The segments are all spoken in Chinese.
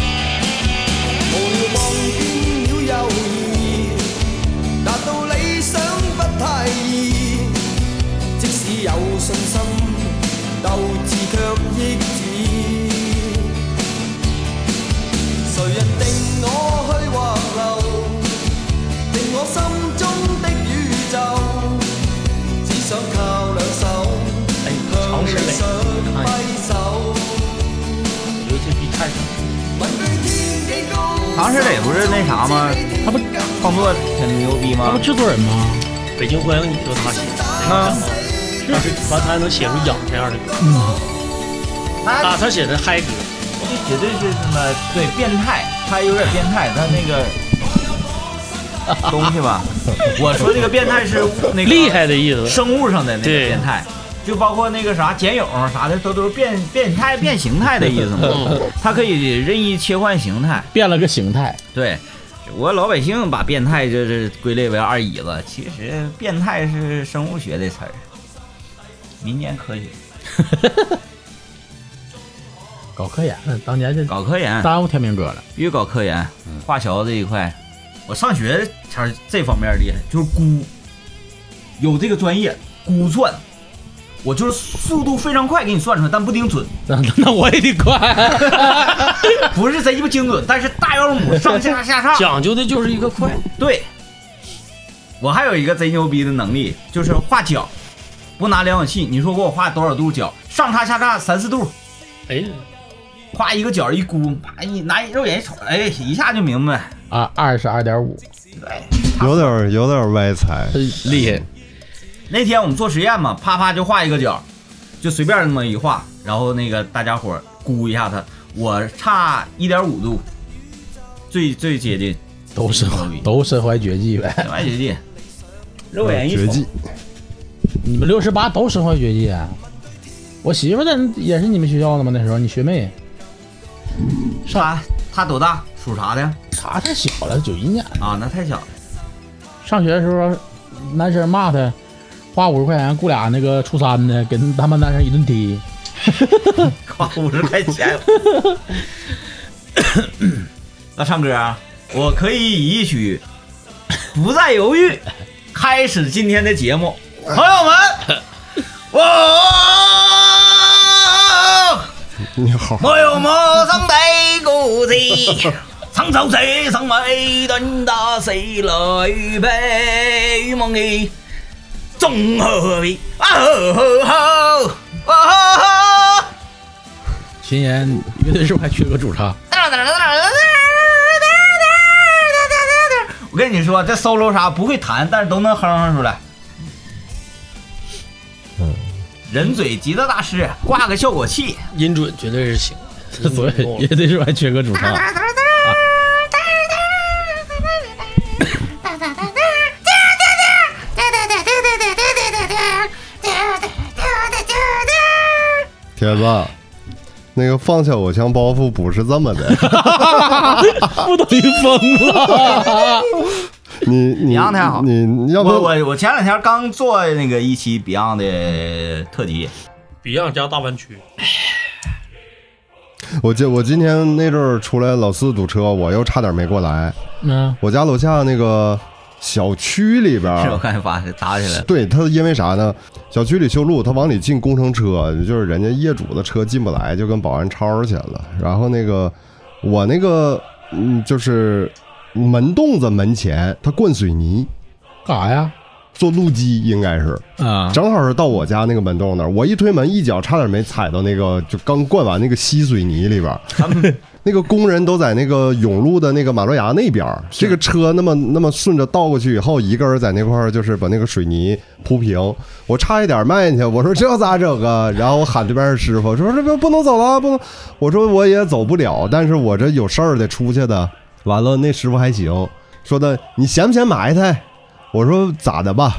無聊望見了又易，達到理想不太易。即使有信心，鬥志卻抑止。誰人定我去或留？定我心中的宇宙，只想靠兩手向常識理嚟想係揮手。我觉得这逼太傻了。常石磊不是那啥吗？他不创作挺牛逼他吗哦不？制作人吗？北京欢迎你都是他写的，啊，但是完他还能写出痒这样的歌他啊，他写的嗨歌，这绝对是他妈对变态，他有点变态，他那个东西吧。我说这个变态是那个厉害的意思。生物上的那个对变态，就包括那个啥茧蛹啥的，都都是变变态、变形态的意思嗯嘛。它可以任意切换形态。变了个形态，对，只不过老百姓把变态这是归类为二椅子，其实变态是生物学的词儿，民间科学搞科研了，当嗯年 就搞科研，耽误天明哥了。越搞科研，华侨这一块，我上学前儿这方面厉害，就是估，有这个专业估算，我就是速度非常快给你算出来，但不一定准。 那那我也得快，不是贼鸡巴精准，但是大妖母上下下上。 讲究的就是一个快，对，我还有一个贼牛逼的能力，就是画角，不拿量角器，你说给我画多少度角，上叉下叉三四度，哎，夸一个角一估，啪一拿肉眼一瞅，哎，一下就明白。啊，二十二点五，有点儿有点儿歪财。厉害，那天我们做实验嘛，啪啪就画一个角，就随便那么一画，然后那个大家伙儿估一下它，我差一点五度，最最接近，都身 都身怀绝技嗯呗。小白姐姐，肉眼一绝瞅，技，你们六十八都身怀绝技啊？我媳妇儿在也是你们学校的吗？那时候你学妹，啥？他多大？属啥的？她啊太小了，九一年啊，那太小了。上学的时候，男生骂她，花五十块钱雇俩那个初三的，给他们男生一顿踢。花五十块钱。 那唱歌啊，我可以以一曲《不再犹豫》开始今天的节目，朋友们，我 你好，我有陌生的故事。唱首谁唱美等到谁来陪梦里中和平啊吼吼吼啊吼吼！秦岩乐队是不是还缺个主唱？我跟你说，这 solo 啥不会弹，但是都能哼哼出来。人嘴吉他大师挂个效果器，音准绝对是行。 嗯所以乐队嗯是不是还缺个主唱？铁子，那个放下我枪包袱不是这么的，不等于疯啊了？ 你你 Beyond 太好你你要不我我我前两天刚做那个一期 Beyond 的特辑， Beyond 加大湾区，我今我今天那阵儿出来老四堵车，我又差点没过来。嗯，我家楼下那个小区里边是我儿，看发打起来了，对他因为啥呢？小区里修路，他往里进工程车，就是人家业主的车进不来，就跟保安吵起来了。然后那个我那个嗯，就是门洞子门前，他灌水泥。 干啥呀？做路基应该是，啊，正好是到我家那个门洞那儿，我一推门，一脚差点没踩到那个就刚灌完那个吸水泥里边儿。那个工人都在那个永路的那个马路牙那边儿，这个车那么那么顺着倒过去以后，一个人在那块儿就是把那个水泥铺平，我差一点迈进去，我说这咋整啊？然后我喊对面的师傅说这不不能走了，不能，我说我也走不了，但是我这有事儿得出去的。完了，那师傅还行，说的你嫌不嫌埋汰？我说咋的吧？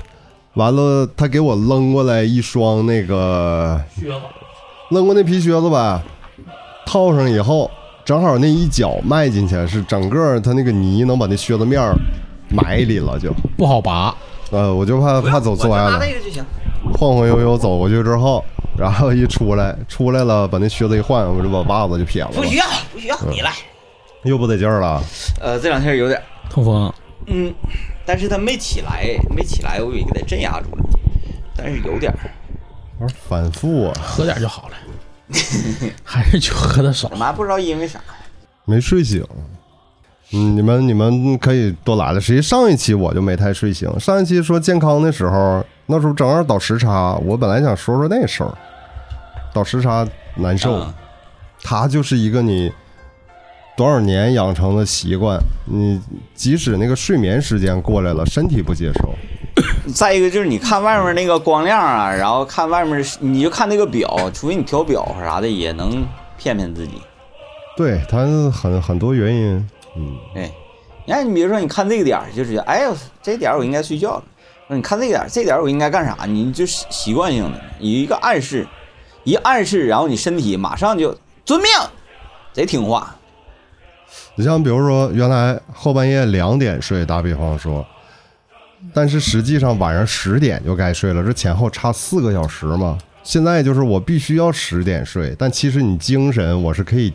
完了，他给我扔过来一双那个靴子，扔过那皮靴子吧，套上以后，正好那一脚迈进去，是整个他那个泥能把那靴子面儿埋里了就，不好拔。呃，我就怕怕走我就错样拿了，那个就行。晃晃悠悠走过去之后，然后一出来，出来了把那靴子一换，我就把袜子就撇了不，嗯需要，不需要，你来。又不得劲儿了，呃，这两天有点，痛风，嗯，但是他没起来，没起来，我也给他镇压住了，但是有点儿。我说反复啊，喝点就好了，还是就喝的少我。妈不知道因为啥，没睡醒。嗯，你们你们可以多来了。实际上一期我就没太睡醒，上一期说健康的时候，那时候正好倒时差，我本来想说说那事儿，倒时差难受。啊它就是一个你多少年养成的习惯，你即使那个睡眠时间过来了，身体不接受。再一个就是你看外面那个光亮啊，然后看外面，你就看那个表，除非你调表啥的，也能骗骗自己。对，它很很多原因，嗯，哎，你看，你比如说，你看这个点儿，就直接，哎呦，这点儿我应该睡觉了。那你看这个点儿，这点儿我应该干啥？你就习习惯性的有一个暗示，一暗示，然后你身体马上就遵命，贼听话。你像比如说原来后半夜两点睡，打比方说，但是实际上晚上十点就该睡了，这前后差四个小时嘛。现在就是我必须要十点睡，但其实你精神我是可以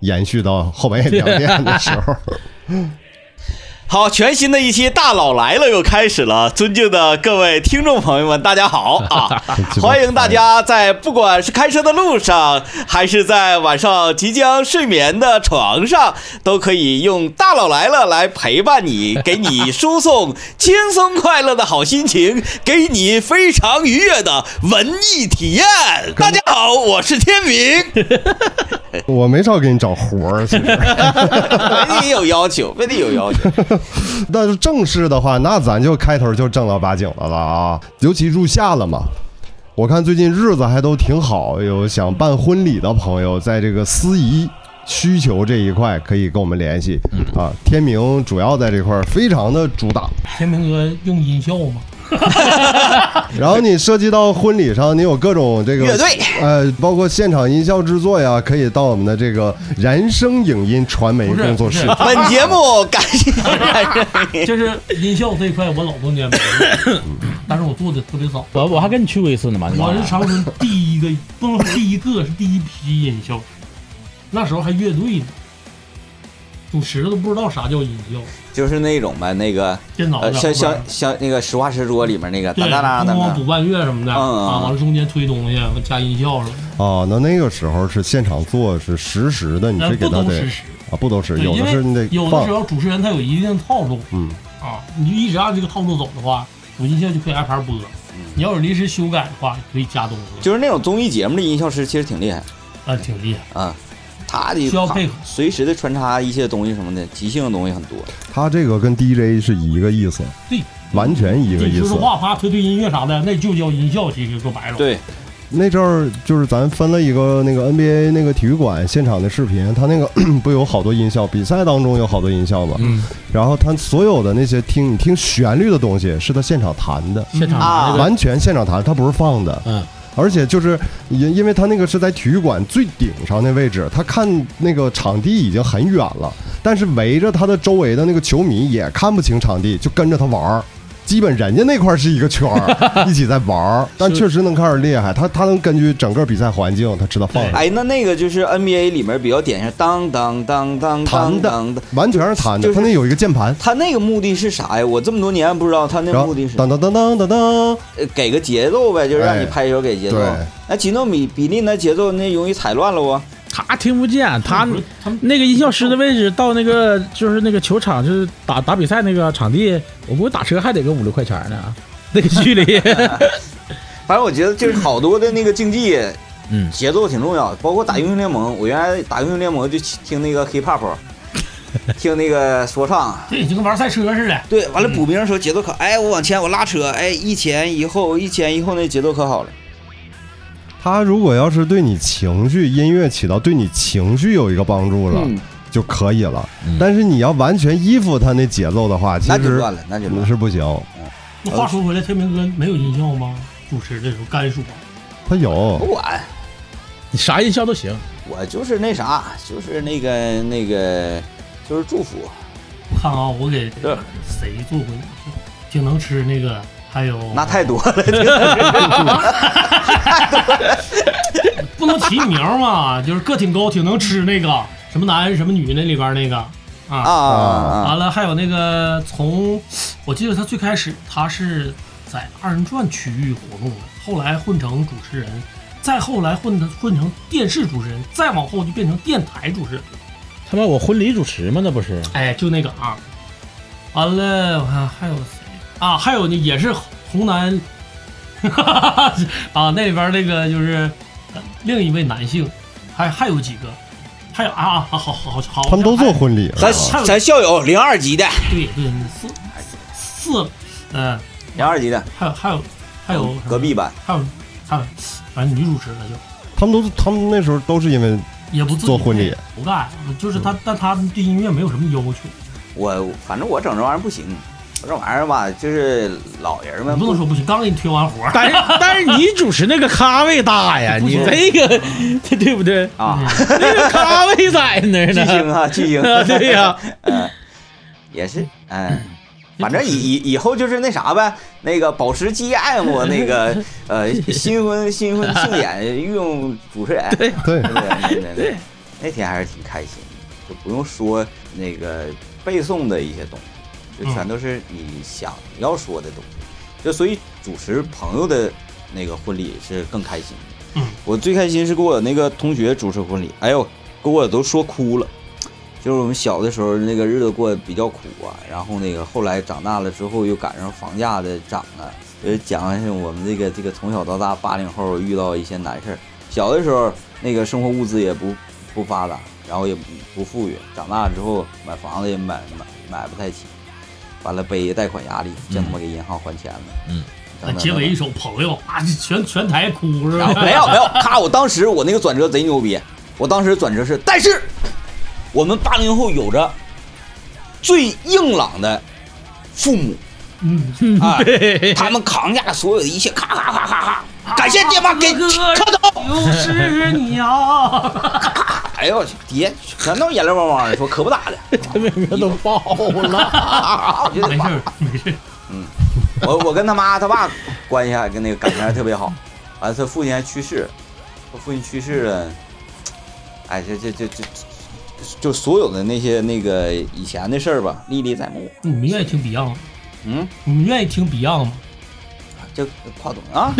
延续到后半夜两点的时候。 好，全新的一期《大佬来了》又开始了，尊敬的各位听众朋友们，大家好啊！ 欢迎大家在不管是开车的路上，还是在晚上即将睡眠的床上，都可以用《大佬来了》来陪伴你，给你输送轻松快乐的好心情，给你非常愉悦的文艺体验。大家好，我是天明。 我没少给你找活儿，其实。非得有要求，非得有要求。但是正式的话，那咱就开头就正儿八经的了啊，尤其入夏了嘛。我看最近日子还都挺好，有想办婚礼的朋友，在这个司仪需求这一块可以跟我们联系嗯啊。天明主要在这块儿非常的主打，天明哥用音效吗？然后你涉及到婚礼上，你有各种这个乐队，呃，包括现场音效制作呀，可以到我们的这个燃声影音传媒不是工作不室是。本节目感谢。就是音效这一块我老中间没有，嗯 但是我做的特别早。我我还跟你去过一次呢嘛。我是长春第一个，不能说第一个，是第一批音效。那时候还乐队呢，主持的都不知道啥叫音效，就是那种吧，那个电脑呃，的像像像那个《实话实说》里面那个哒对，哒哒哒咣咣哒补伴乐什么的嗯嗯啊，完了中间推东西加音效什么的，哦，那那个时候是现场做，是实时的，你但是是给不他都得实时。啊，不都是，对有因的为是你得有的放时，候主持人他有一定套路嗯，啊，你就一直按这个套路走的话，有音效就可以挨盘播。嗯你要是临时修改的话，可以加东西，就是那种综艺节目的音效师，其实挺厉害啊，挺厉害。啊。他的需要配合随时的穿插一些东西什么的，即兴的东西很多。他这个跟 DJ 是一个意思，对，完全一个你意说思说。话啪推推音乐啥的，那就叫音效。其实说白了，对，那阵儿就是咱分了一个那个 NBA 那个体育馆现场的视频，他那个 不有好多音效，比赛当中有好多音效嘛。嗯，然后他所有的那些听你听旋律的东西，是他现场弹的，现场啊拿那个完全现场弹，他不是放的。嗯。而且就是因因为他那个是在体育馆最顶上那位置，他看那个场地已经很远了，但是围着他的周围的那个球迷也看不清场地，就跟着他玩儿。基本人家那块儿是一个圈儿，一起在玩儿，但确实能看着厉害。他他能根据整个比赛环境，他知道放哪儿，哎，那那个就是 NBA 里面比较典型，当当当当当弹的当的。完全是弹就的。是他那有一个键盘，他那个目的是啥呀？我这么多年不知道他那然后目的是当当当当当当，呃给个节奏呗，就是让你哎拍一首给节奏对。那吉诺米比利那节奏那容易踩乱了不？他听不见，他们他们那个音效师的位置到那个就是那个球场，就是打打比赛那个场地，我估计打车还得个五六块钱呢，那个距离。反正我觉得就是好多的那个竞技，嗯节奏挺重要的，包括打英雄联盟，我原来打英雄联盟就听那个 hip hop，听那个说唱， 这就跟玩赛车似的。对，完了补兵的时候节奏可，哎，我往前我拉车，哎，一前一后，一前一后，那节奏可好了。嗯他如果要是对你情绪音乐起到对你情绪有一个帮助了，就可以了嗯。但是你要完全依附他那节奏的话，其那就实乱了，那就乱了。是不行。那话说回来，天明哥没有音效吗？主持的时候干说，他不有，管，你啥音效都行。我就是那啥，就是那个那个，就是祝福。我看啊，我给谁做过音效？挺能吃那个，还有那太多了， 不能提苗嘛，就是个挺高，挺能吃那个什么男什么女那里边那个啊，啊完了还有那个从我记得他最开始他是在二人转区域活动的，后来混成主持人，再后来混的混成电视主持人，再往后就变成电台主持人，他妈，我婚礼主持吗？那不是？哎，就那个啊，完了我看还有谁啊？还有那也是红男，啊那里边那个就是呃另一位男性，还还有几个，还有啊，好好好好，他们都做婚礼了。咱还有咱校友零二级的，对对四四嗯、呃，零二级的，还有还有还有什么哦隔壁，班，还有还有反正女主持了就。他们都他们那时候都是因为也不自己做婚礼不干，嗯就是他，嗯但他对音乐没有什么要求。我反正我整这玩意儿不行，我这玩意儿吧，就是老人你们不能说不行，刚给你推完活儿， 但是但是你主持那个咖位大呀，不你行这个 对对不对？啊，嗯那个咖位在那儿巨星 呢。啊，巨星，嗯啊对呀，也是，嗯。反正以以以后就是那啥呗，那个保时捷爱慕那个 呃新婚新婚庆典御用主 持人，对 对对对对对，那天还是挺开心的，就不用说那个背诵的一些东西，嗯就全都是你想要说的东西，就所以主持朋友的那个婚礼是更开心的嗯。我最开心是给我那个同学主持婚礼，哎呦，给我都说哭了。就是我们小的时候那个日子过得比较苦啊，然后那个后来长大了之后又赶上房价的涨啊，呃，讲一下我们这个这个从小到大八零后遇到一些难事儿。小的时候那个生活物资也不不发达，然后也不不富裕，长大了之后买房子也买买买不太起，完了背贷款压力，真他妈给银行还钱了。嗯等等，结尾一首《朋友》啊，全全台哭是吧？啊没有没 有，咔！我当时我那个转折贼牛逼，我当时转折是，但是我们八零后有着最硬朗的父 母， 嗯啊，哎 他们扛下所有的一切，咔咔咔咔咔，感谢爹妈 给磕头，又是你啊！哎呦我去，底下全都眼泪汪汪的，说可不咋的， 他每个都爆了，啊， 我觉 没得事儿没事儿， 我我跟他妈他爸关系还跟那个感情还特别好，完了他父亲还去世，他父亲去世了，哎，这这这这，就所有的那些那个以前的事儿吧，历历在目。你们愿意听 Beyond 吗？嗯，你们愿意听 Beyond 吗？这跨懂啊，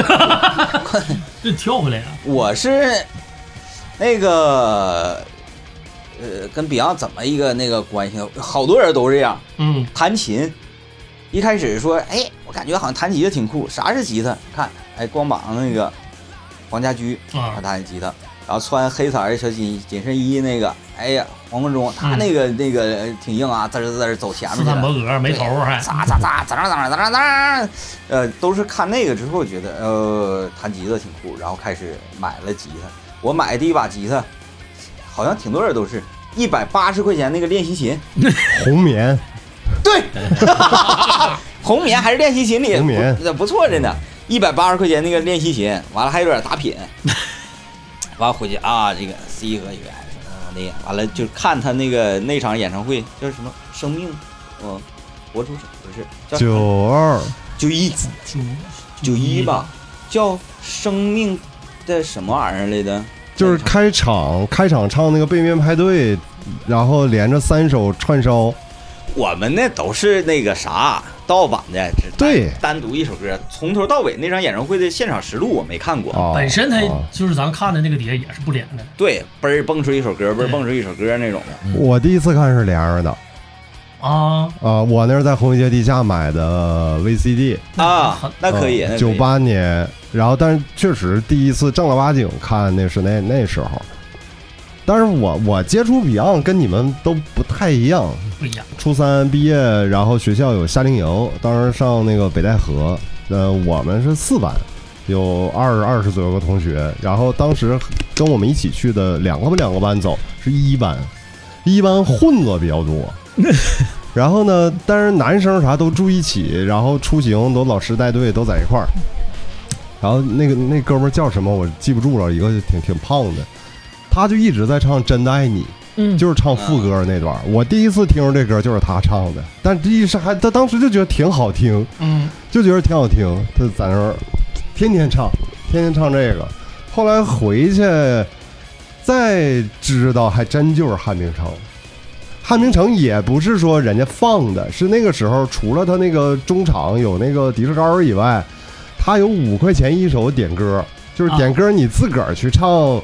这跳回来啊！我是那个呃，跟 Beyond 怎么一个那个关系？好多人都这样，嗯，弹琴，一开始说，哎，我感觉好像弹吉他挺酷，啥是吉他？看，哎，光膀子那个黄家驹，啊他弹吉他，然后穿黑色儿的小紧紧身衣那个，哎呀，黄贯中，他那个、那个挺硬啊，滋儿滋儿走前面斯去坦伯了。格没头儿还咋咋咋咋咋咋咋咋，呃，都是看那个之后觉得，呃，弹吉他挺酷，然后开始买了吉他。我买的第一把吉他，好像挺多人都是一百八十块钱那个练习琴，红棉，对， 红棉还是练习琴里红棉嗯不不错着呢，一百八十块钱那个练习琴，完了还有点打品， 完了回去啊，这个 C 和弦，嗯，那个完了就看他那个那场演唱会叫什么生命，嗯，活出什不是叫什么九二九一九九一吧，叫生命的什么玩意儿来的？就是开场开场唱那个背面派对，然后连着三首串烧，我们那都是那个啥盗版的，只单对单独一首歌，从头到尾那场演唱会的现场实录我没看过。啊，本身他啊就是咱看的那个底下也是不连的，对，嘣儿蹦出一首歌，嘣儿蹦出一首歌那种的。我第一次看是连着的啊，啊，我那是在红旗街地下买的 VCD，啊，那可以，那可以嗯九八年，然后但是确实第一次正儿八经看那是那那时候，但是我我接触 Beyond 跟你们都不太一样，不一样。初三毕业，然后学校有夏令营，当时上那个北戴河，呃，我们是四班，有二二十左右个同学，然后当时跟我们一起去的两个两个班走是一班，一一般混子比较多。然后呢，但是男生啥都住一起，然后出行都老师带队，都在一块儿。然后那个那哥们儿叫什么我记不住了，一个挺挺胖的，他就一直在唱《真的爱你》，嗯就是唱副歌那段儿。我第一次听着这歌就是他唱的，但这一是还他当时就觉得挺好听，嗯，就觉得挺好听，他在那儿天天唱，天天唱这个。后来回去再知道，还真就是汉明城。汉明城也不是说人家放的，是那个时候除了他那个中场有那个迪士高以外，他有五块钱一首点歌，就是点歌你自个儿去唱，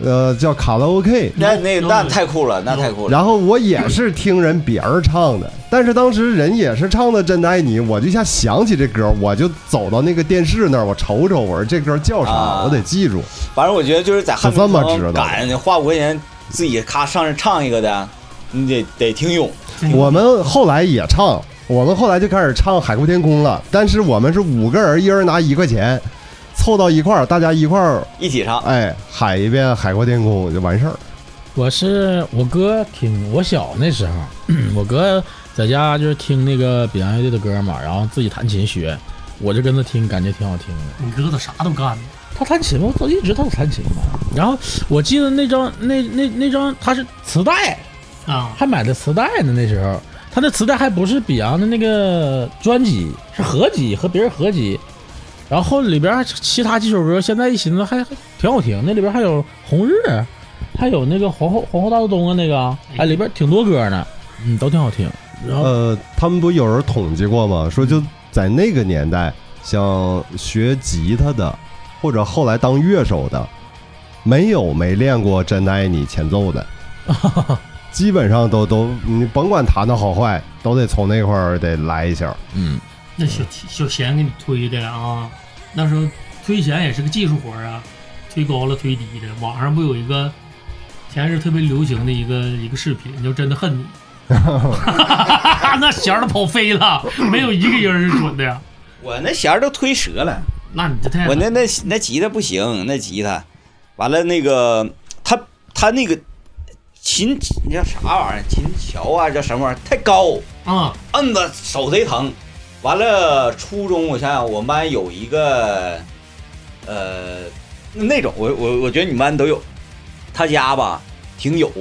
呃，叫卡拉 OK。那那有那太酷了，那太酷了。然后我也是听人别人唱的，但是当时人也是唱的《真的爱你》，我就一下想起这歌，我就走到那个电视那儿，我瞅瞅，我说这歌叫啥，啊我得记住。反正我觉得就是在汉就这么知城道赶你花五块钱自己咔上去唱一个的，你得得挺勇。 挺我们后来也唱，我们后来就开始唱《海阔天空》了，但是我们是五个人，一人拿一块钱，凑到一块儿，大家一块儿，一起唱。哎，喊一遍《海阔天空》就完事儿。我是我哥听我小那时候， 我哥在家就是听那个 Beyond 乐队的歌嘛，然后自己弹琴学，我就跟着听，感觉挺好听的。你哥哥啥都干，他弹琴嘛，我一直他有弹琴嘛。然后我记得那张那那那张他是磁带，啊，还买的磁带呢。那时候他那磁带还不是 Beyond 的那个专辑，是合集和别人合集。然后里边还其他几首歌，现在一寻思还还挺好听。那里边还有《红日》，还有那个皇后皇后大道东啊，那个哎里边挺多歌呢，嗯，都挺好听。然后呃，他们不有人统计过吗？说就在那个年代，想学吉他的，或者后来当乐手的，没有没练过《真的爱你》前奏 的，基本上都都你甭管弹的好坏，都得从那块儿得来一下。嗯，那小小弦给你推的啊，那时候推弦也是个技术活儿啊，推高了推低的。网上不有一个前一阵特别流行的一个一个视频，叫“真的 恨你”，那弦儿都跑飞了，没有一个音儿是准的呀。我那弦儿都推折了，那你这太我那那那吉他不行，那吉他，完了那个他他那个琴那叫啥玩意儿？琴桥啊，叫什么玩意儿？太高，啊摁的手贼疼。完了，初中我想想，我们班有一个，呃，那种我我我觉得你们班都有，他家吧挺有，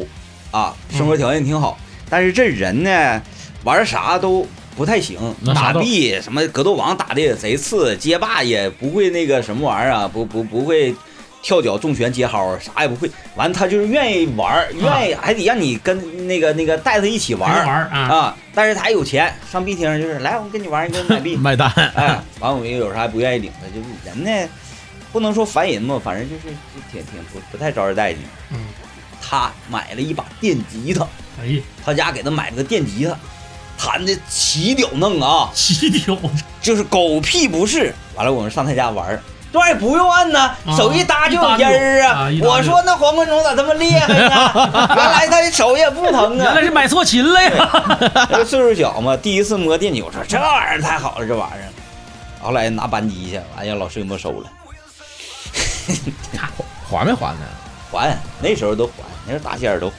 啊，生活条件挺好，但是这人呢，玩啥都不太行，那啥打都币什么格斗王打的也贼次，街霸也不会那个什么玩意儿啊，不不不会跳脚重拳接薅，啥也不会。完他就是愿意玩啊儿，愿意还得让你跟那个那个带他一起玩还儿哎是。玩儿啊，啊，但是他还有钱，上币厅就是来，我跟你玩儿，你给我买 币，麦单。哎，完我有啥不愿意领的，就是人呢，不能说烦人吧，反正就是就挺挺不不太招人待见。嗯，他买了一把电吉他，哎呀，他家给他买了个电吉他，弹的奇屌弄啊，起底我就是狗屁不是。完了，我们上他家玩儿。这玩意儿不用按呐，啊手一搭就有音儿啊一搭就我说那黄冠中咋这么厉害呢？原来他手也不疼啊！原来是买错琴了呀。那个岁数小嘛，第一次摸电酒，说这玩意儿太好了，这玩意儿。后来拿扳机去，完让老师给没收了，还没还呢？还那时候都还，那时候大仙儿都还，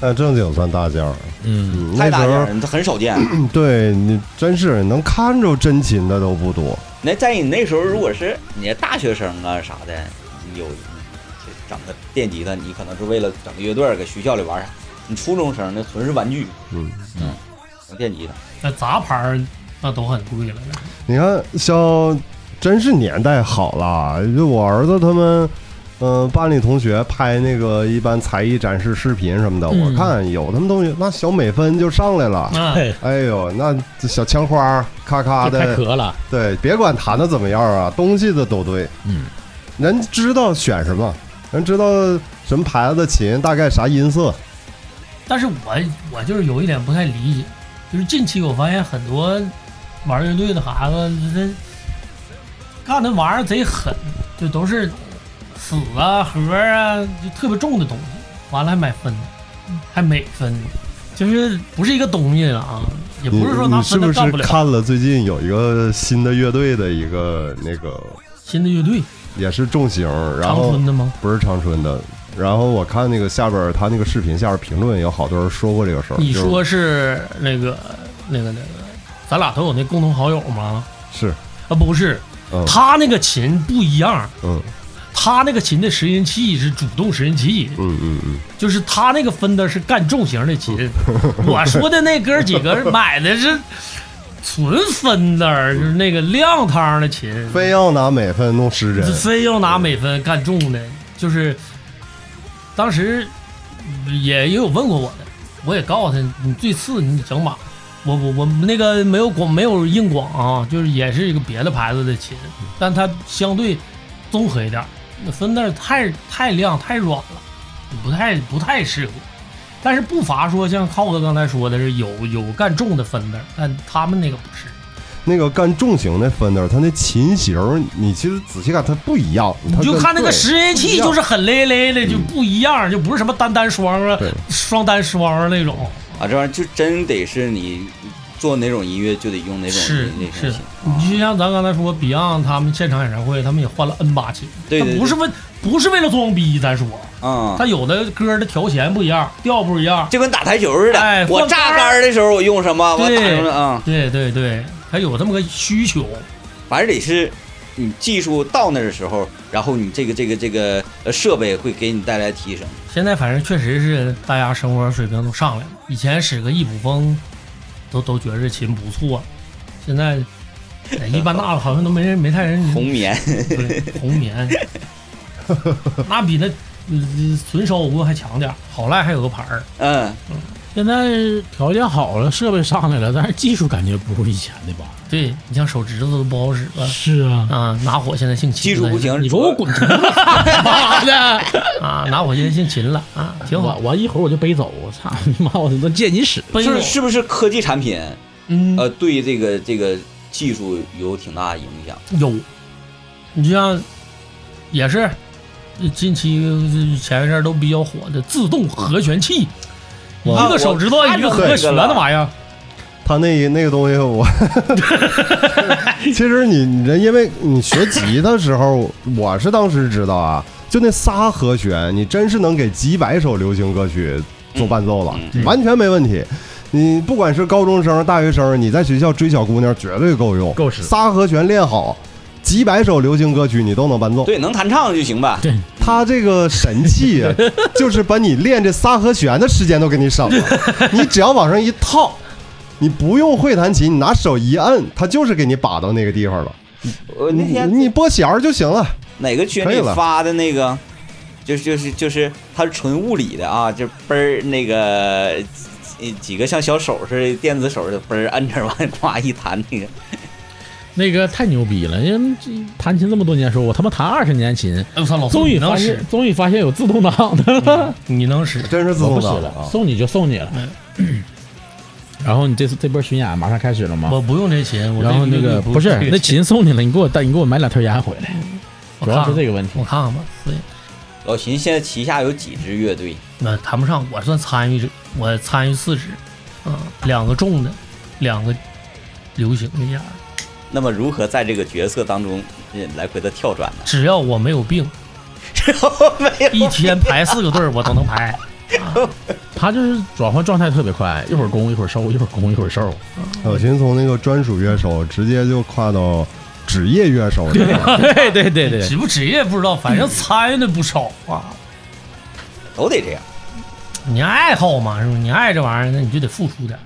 但正经算大件儿，嗯，嗯太那大时仙候儿，这很少见。嗯对你真是能看着真琴的都不多。那在你那时候，如果是你大学生啊啥的，你有这整个电吉他，你可能是为了整个乐队儿搁学校里玩啥。你初中生那纯是玩具，嗯，整电吉他。那杂牌儿那都很贵了，你看，像真是年代好了，就我儿子他们，嗯、班里同学拍那个一般才艺展示视频什么的，嗯我看有他们东西，那小美分就上来了。 啊，嘿，哎呦，那这小枪花咔咔这太的，磕了。对，别管弹的怎么样啊，东西的都对，嗯，人知道选什么，人知道什么牌子的琴，大概啥音色，但是我我就是有一点不太理解，就是近期我发现很多玩乐队的孩子，这干的玩意儿贼狠，就都是死啊、盒啊，就特别重的东西，完了还买分，还美分，就是不是一个东西了啊，也你不是说拿你是分不的是干不了。看了最近有一个新的乐队的一个那个新的乐队也是重型，然长后春的吗？不是长春的，然后我看那个下边儿他那个视频下边儿评论有好多人说过这个事儿，你就是说是那个那个那个，咱俩都有那共同好友吗？是？啊，不是，嗯他那个琴不一样，嗯他那个琴的拾音器是主动拾音器，嗯嗯嗯，就是他那个分的是干重型的琴。我说的那哥几个买的是纯分的，就是那个亮堂的琴，非要拿美分弄失真这，非要拿美分干重的，就是当时也也有问过我的，我也告诉他，你最次你整把，我我我那个没有广没有硬广啊，就是也是一个别的牌子的琴，但它相对综合一点儿，那分那太太亮太软了，不太不太适合。但是不乏说像浩哥刚才说的是有有干重的分的，但他们那个不是，那个干重型的 Fender，它那琴型儿你其实仔细看它不一样，你它就跟看那个对拾音器，就是很勒勒的，就不一样，就不是什么单单双啊对、双单双啊那种。啊，这玩意儿就真得是你做哪种音乐就得用哪种是那是种的琴，你就像咱刚才说，Beyond 他们现场演唱会，他们也换了 N 把琴，对对他对不是为不是为了装逼，咱说，啊。他有的歌的调弦不一样，调不一样，就跟打台球似的，哎我放杆榨儿杆儿的时候我用什么，我打对什么啊、对对对，他有这么个需求，反正得是你技术到那儿的时候，然后你这个这个这个呃设备会给你带来提升。现在反正确实是大家生活水平都上来了，以前使个易卜蜂，都都觉得这琴不错，现在、哎一般大了好像都没人没太人红棉， 对，红棉， 那比那嗯纯烧锅还强点儿。好赖还有个牌儿，嗯，现在条件好了，设备上来了，但是技术感觉不如以前的吧？对你像手指头都不好使了是啊，啊！拿火现在姓秦技了，术不行，你给我滚！ 妈的！啊！拿火现在姓秦了啊，挺好。我我一会儿我就背走，我 操你妈！我能借你使？奔是是不是科技产品哎嗯呃对这个这个技术有挺大的影响？有，你就像也是近期前一阵儿都比较火的自动和弦器，一哇个手指头我看一个着和那弦个了的玩意儿，他那那个东西 我，其实你你人因为你学吉他时候，我是当时知道啊，就那仨和弦，你真是能给几百首流行歌曲做伴奏了，嗯完全没问题。你不管是高中生、大学生，你在学校追小姑娘绝对够用，够使仨和弦练好，几百首流行歌曲你都能伴奏。对，能弹唱就行呗。对，他这个神 器啊，就是把你练这仨和弦的时间都给你省了，你只要往上一套，你不用会弹琴，你拿手一摁，它就是给你把到那个地方了。我你那天你拨弦儿就行了。哪个群可以里了发的那个，就是就是就是它是纯物理的啊，就嘣儿那个几几个像小手似的电子手的嘣儿摁这儿完呱一弹那个，那个太牛逼了！因为这弹琴这么多年，说我他妈弹二十年琴，哎我操，老终宋于你发能使现，，终于发现有嗯自动挡 啊的了。你能使，真是自我不动使挡了，送你就送你了。嗯 然后你这次这波巡演马上开始了吗？我不用这琴，我然后那个不是那琴送你了，你给我带，你给我买两条烟回来。主要是这个个问题我，看看吧，对。老秦现在旗下有几支乐队？那谈不上，我算参与者，我参与四支，嗯，两个重的，两个流行一下。那么如何在这个角色当中嗯来回的跳转 呢？只要我没有病，没有一天排四个队儿，我都能排。他就是转换状态特别快，一会儿攻一会儿收，一会儿攻一会儿收。小秦从那个专属乐手直接就跨到职业乐手这 块儿， 对对对 对，职不职业不知道，反正参与的不少啊。都得这样。你爱好嘛，是不是？你爱这玩意儿，那你就得付出点儿。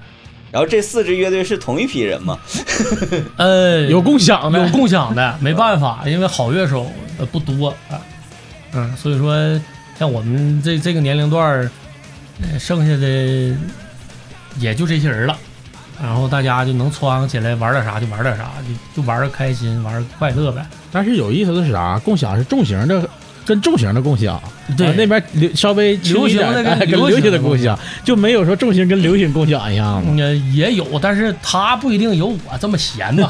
然后这四支乐队是同一批人吗？呃，有共享的有，共享的，没办法，因为好乐手呃不多啊，嗯，所以说像我们这这个年龄段儿，呃，剩下的也就这些人了，然后大家就能搓起来玩点啥就玩点啥，就就玩的开心，玩得快乐呗。但是有意思的是啥？共享是重型的，跟重型的共享。对啊那边流稍微轻一点流行的跟哎跟流行的流行的共享，就没有说重型跟流行共享一样的。嗯、也有，但是他不一定有我这么闲吧。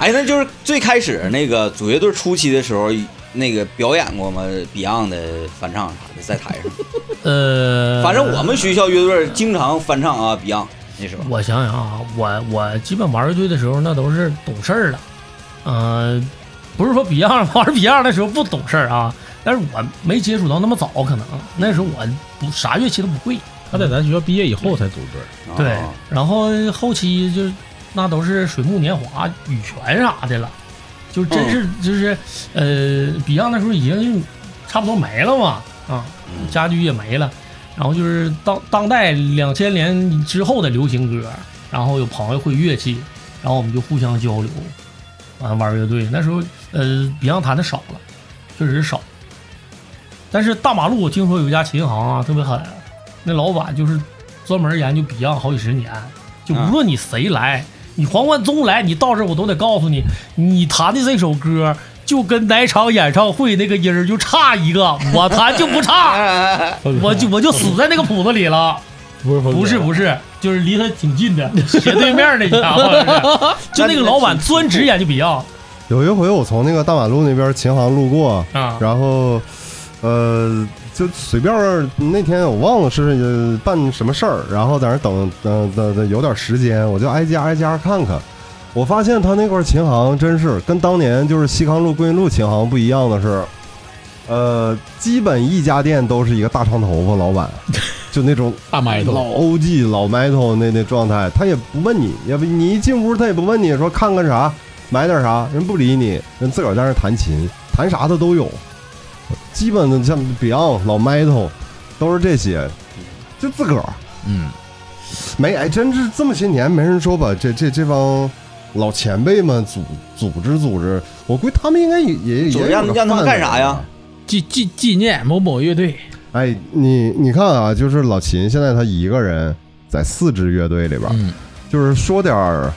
哎，那就是最开始那个组乐队初期的时候，那个表演过吗？Beyond 的翻唱啥的在台上。 呃，反正我们学校乐队经常翻唱啊 Beyond 那时候。我想想啊，我我基本玩乐队的时候，那都是懂事儿了。呃，不是说 Beyond 玩 Beyond 的时候不懂事儿啊， 但是我没接触到那么早，可能那时候我不啥乐器都不会。他在咱学校毕业以后才组队，对啊，然后后期就那都是水木年华、羽泉啥的了，就真是就是呃，Beyond 那时候已经差不多没了嘛，啊，嗯家驹也没了，然后就是当当代两千年之后的流行歌，然后有朋友会乐器，然后我们就互相交流，完、玩乐队。那时候呃，Beyond 弹的少了，确实少，但是大马路我听说有一家琴行啊，特别狠，那老板就是专门研究 Beyond 好几十年，就无论你谁来，你黄贯中来，你到这儿我都得告诉你，你弹的这首歌就跟哪场演唱会那个音儿就差一个，我弹就不差，我就我就死在那个谱子里了。不是 不是是，不是，就是离他挺近的，斜对面那家伙 是，就那个老板专职研究 Beyond 有一回我从那个大马路那边琴行路过，啊，然后，呃，就随便儿那天我忘了是呃办什么事儿，然后在那儿等，呃，等等有点时间，我就挨家挨家看看。我发现他那块儿琴行真是跟当年就是西康路、桂林路琴行不一样的是，呃，基本一家店都是一个大长头发老板，就那种大麦老头， OG 老 metal 那那状态，他也不问你，要不你一进屋他也不问你说看看啥，买点啥，人不理你，人自个儿在那儿弹琴，弹啥的都有，基本的像 Beyond 老 metal 都是这些，就自个儿嗯，没哎，真是这么些年没人说把这这这帮老前辈们组组织组织，我估计他们应该也也组织也让有个让他们干范围啥呀吧纪纪纪念某某乐队，哎，你你看啊，就是老秦现在他一个人在四支乐队里边儿，嗯，就是说点儿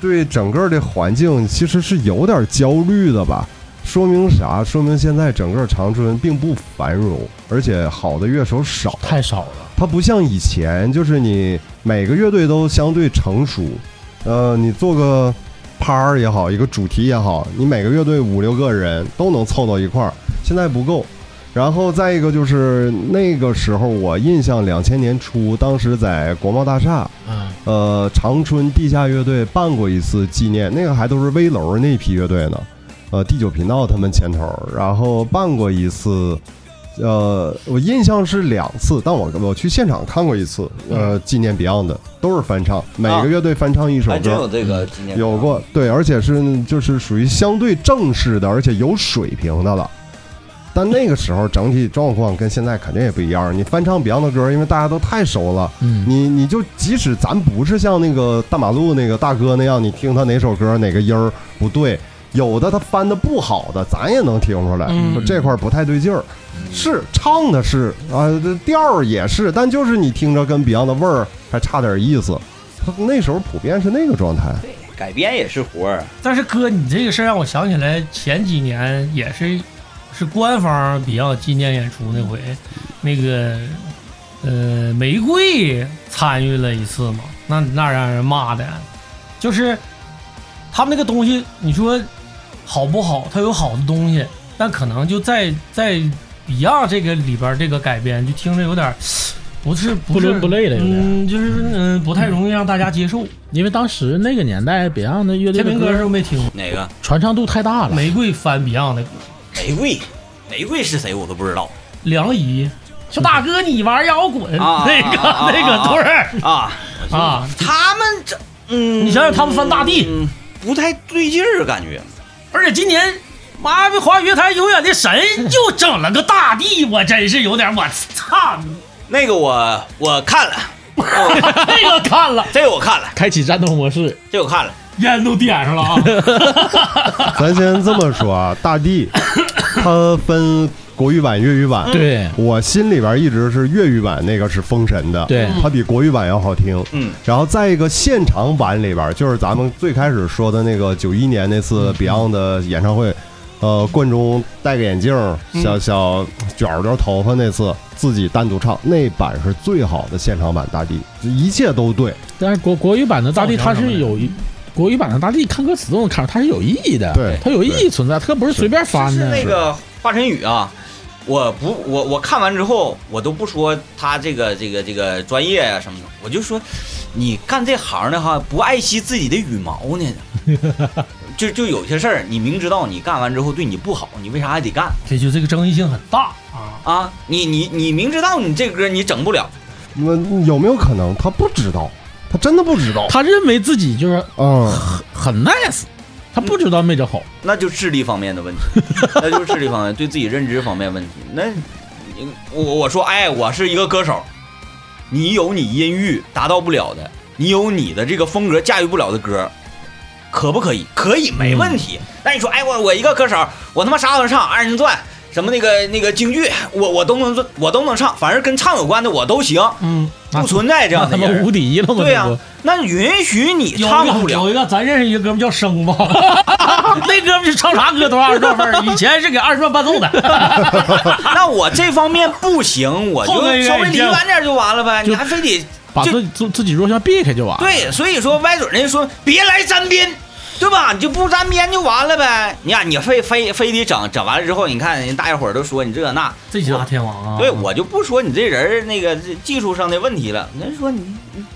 对整个的环境其实是有点焦虑的吧。说明啥？说明现在整个长春并不繁荣，而且好的乐手少。太少了，它不像以前，就是你每个乐队都相对成熟，呃，你做个趴儿也好，一个主题也好，你每个乐队五六个人都能凑到一块儿，现在不够。然后再一个就是那个时候，我印象两千年初，当时在国贸大厦，嗯，呃，长春地下乐队办过一次纪念，那个还都是危楼那批乐队呢，呃，第九频道他们牵头，然后办过一次，呃，我印象是两次，但我我去现场看过一次，呃，纪念 Beyond 的，都是翻唱，每啊个乐队翻唱一首嗯还真嗯有歌，这个纪念有馆过，对，而且是就是属于相对正式的，而且有水平的了。但那个时候整体状况跟现在肯定也不一样，你翻唱 Beyond 的歌，因为大家都太熟了。嗯，你你就即使咱不是像那个大马路那个大哥那样，你听他哪首歌哪个音儿不对，有的他翻的不好的，咱也能听出来，嗯说这块儿不太对劲儿。是唱的是啊，这调儿也是，但就是你听着跟 Beyond 的味儿还差点意思。他那时候普遍是那个状态，对，改编也是活儿，但是哥，你这个事儿让我想起来前几年也是，是官方 Beyond 纪念演出那回，那个呃玫瑰参与了一次嘛，那那让人骂的，就是他们那个东西，你说好不好？它有好的东西，但可能就在在 Beyond 这个里边儿这个改编，就听着有点儿 不是不不是伦不类的有点嗯，就是嗯、不太容易让大家接受。因为当时那个年代 Beyond 的乐天队的明哥是不歌是没听过？哪个传唱度太大了，玫瑰翻 Beyond 的歌。玫瑰？玫瑰是谁我都不知道梁怡说：“大哥，你玩摇滚啊那个啊啊那个对儿 啊。啊，他们这，嗯，你想想他们翻大地 嗯不太对劲儿，感觉。而且今年。”妈的，华语乐坛永远的神又整了个大地，我真是有点我操，那个我我 看了，哦这个哎看了这个我看了，开启战斗模式，这个我看了。烟都点上了啊！咱先这么说啊，大地，它分国语版、粤语版。 对，我心里边一直是粤语版那个是封神的，对它比国语版要好听。嗯，然后在一个现场版里边，就是咱们最开始说的那个九一年那次 Beyond 的演唱会，呃，冠中戴个眼镜，小小卷儿着头发那次，自己单独唱那版是最好的现场版大地，就一切都对。但是国国语版的大地造它型什么是的有一。国语版的大地看歌词都能看出它是有意义的，对它有意义存在，它不是随便翻就是的。那个华晨宇啊，我不，我我看完之后，我都不说他这个这个这个专业啊什么的， 我就说，你干这行的哈，不爱惜自己的羽毛呢，就就有些事儿，你明知道你干完之后对你不好，你为啥还得干这就这个争议性很大啊。啊？你你你明知道你这歌你整不了，那有没有可能他不知道？他真的不知道？他认为自己就是嗯，很 nice，他不知道没整好。那就智力方面的问题， 那就是智力方面对自己认知方面问题。那你我我说，哎，我是一个歌手，你有你音域达到不了的，你有你的这个风格驾驭不了的歌，可不可以？可以，没问嗯题。那你说，哎，我我一个歌手，我他妈啥都能唱，二人转。什么那个那个京剧，我我都能做，我都能唱，反正跟唱有关的我都行，嗯，那不存在这那样的他妈人无。敌了吗？对呀、啊那那不允许你有唱一不个了有一个咱认识一个哥们叫生吧，那哥们就唱啥歌都 二十多分儿，以前是给二十万伴奏的， 那我这方面不行，我就后面稍微愿意离这样远点就完了呗，就你还非得 把这自己自自己弱项避开就完了。对，所以说歪嘴儿人家说别来沾边，对吧？你就不沾边就完了呗。你看、你非非非得整整完了之后，你看人大家伙儿都说你这那， 这家天王啊！对我就不说你这人儿那个这技术上的问题了，人家说你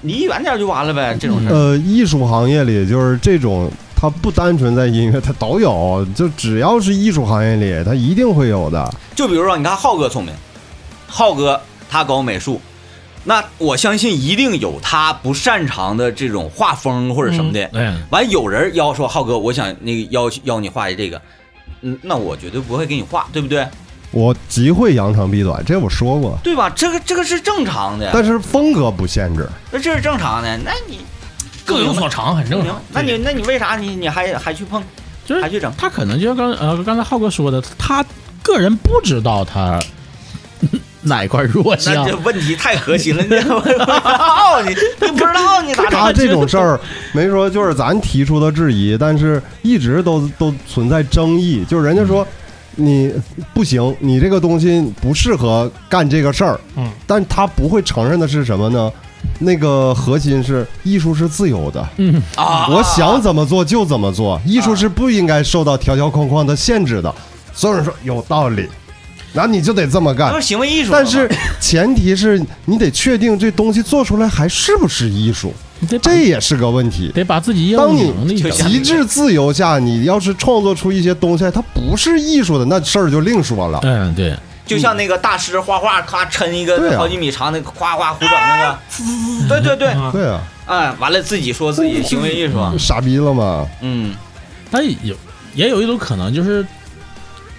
你离远点就完了呗，这种事儿。呃，艺术行业里就是这种，他不单纯在音乐，他都有。就只要是艺术行业里，他一定会有的。就比如说，你看浩哥聪明，浩哥他搞美术，那我相信一定有他不擅长的这种画风或者嗯什么的。哎，完，有人要说浩哥，我想那个要要你画一这个，嗯，那我绝对不会给你画，对不对？我极会扬长避短，这我说过，对吧？这个这个是正常的，但是风格不限制。那这是正常的。那你各有所长，很嗯正常。那你那你为啥你你还还去碰，就还是去 整？他可能就像刚呃刚才浩哥说的，他个人不知道他哪一块弱那项这。问题太核心了， 你哦你你不知 道你咋整？他这种事儿，没说就是咱提出的质疑，但是一直都都存在争议。就是人家说你不行，你这个东西不适合干这个事儿，嗯，但他不会承认的是什么呢？那个核心是艺术是自由的，嗯， 啊，我想怎么做就怎么做，艺术是不应该受到条条框框的限制的。所有人说有道理，那你就得这么那不干是。行为艺术了吗，但是前提是你得确定这东西做出来还是不是艺术，你得把这也是个问题。得把自己业务当你能力就整像极致自由下，你要是创作出一些东西来，它不是艺术的，那事儿就另说了。嗯，对，就像那个大师画画，咔抻一对个啊好几米长那个，夸夸胡整 那个，对对嗯对，对啊，哎，完了自己说自己行为艺术，啊傻逼了嘛？嗯，但有也有一种可能就是，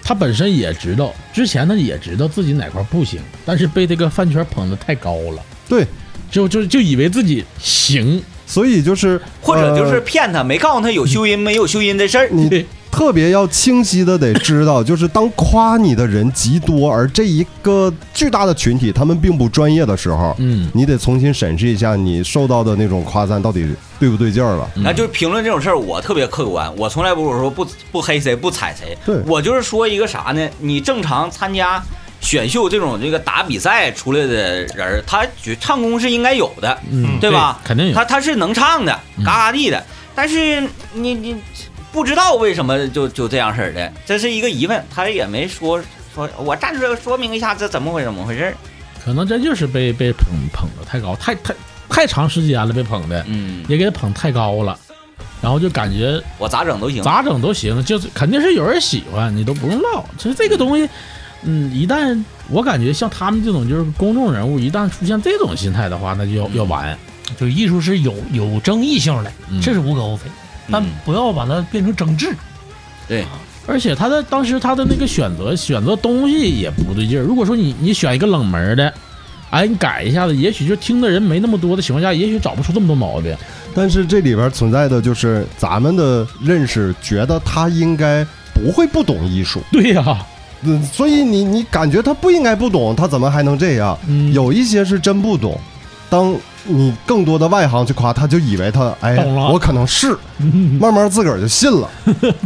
他本身也知道，之前他也知道自己哪块不行，但是被这个饭圈捧得太高了，对，就就就以为自己行，所以就是或者就是呃嗯骗他，没告诉他有修音没有修音的事儿，你特别要清晰的得知道， 就是当夸你的人极多，而这一个巨大的群体他们并不专业的时候，嗯，你得重新审视一下你受到的那种夸赞到底对不对劲儿了。嗯那就是评论这种事儿，我特别客观，我从来不是说不不黑谁不踩谁对，我就是说一个啥呢？你正常参加选秀这种这个打比赛出来的人儿，他觉唱功是应该有的，嗯，对吧肯定有，他他是能唱的，嘎嘎地的。但是你你不知道为什么就就这样式儿的，这是一个疑问，他也没说说我站出来说明一下这怎么回怎么回事儿。可能真就是被被捧捧得太高，太太太长时间了被捧的，嗯，也给他捧太高了，然后就感觉我咋整都行。咋整都行，就是肯定是有人喜欢，你都不用唠。其实这个东西，嗯，一旦我感觉像他们这种就是公众人物，一旦出现这种心态的话，那就要要完。就艺术是有有争议性的，嗯这是无可厚非，但嗯不要把它变成争执。对，而且他的当时他的那个选择选择东西也不对劲儿。如果说你你选一个冷门儿的，哎，你改一下子，也许就听的人没那么多的情况下，也许找不出这么多毛病。 但是这里边存在的就是咱们的认识，觉得他应该不会不懂艺术，对呀、嗯，所以你你感觉他不应该不懂，他怎么还能这样？嗯，有一些是真不懂，当你更多的外行去夸，他就以为他哎，懂了我可能是，慢慢自个儿就信了。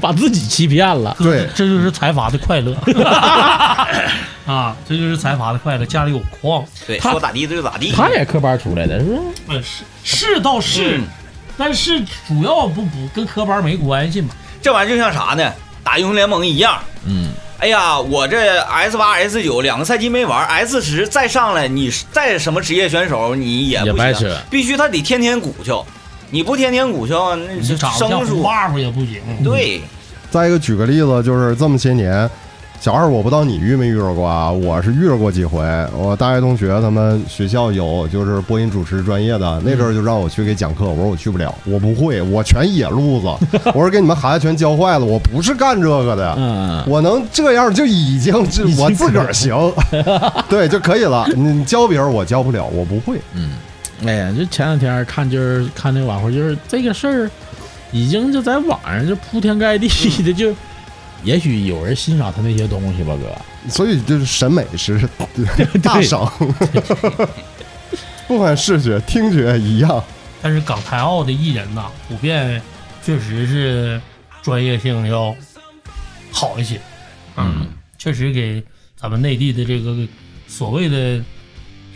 把自己欺骗了。 对这就是财阀的快乐啊！这就是财阀的快乐，家里有矿。对，他说咋地就咋地。他也科班出来的，是不是？嗯，是是倒是，哎嗯但是主要不不跟科班没关系嘛。这玩意儿就像啥呢？打英雄联盟一样。嗯，哎呀，我这 S 八、S 九两个赛季没玩，S 十再上来，你再什么职业选手你也也不白行扯，必须他得天天鼓秋。你不天天鼓捣，那你是长得像生红疏。嗯 buff 也不行。对，再一个，举个例子，就是这么些年，小二我不知道你遇没遇着过啊，我是遇着过几回。我大学同学他们学校有就是播音主持专业的，那阵儿就让我去给讲课，我说我去不了，我不会，我全野路子，我说给你们孩子全教坏了，我不是干这个的。嗯，我能这样就已经这已经我自个儿行， 对就可以了。你教别人我教不了，我不会。哎呀，就前两天看就是看那晚会，就是这个事儿，已经就在网上就铺天盖地的就，也许有人欣赏他那些东西吧，哥。所以就是审美是大赏， 不管视觉、听觉一样。但是港台澳的艺人呐，普遍确实是专业性要好一些，嗯，确实给咱们内地的这个所谓的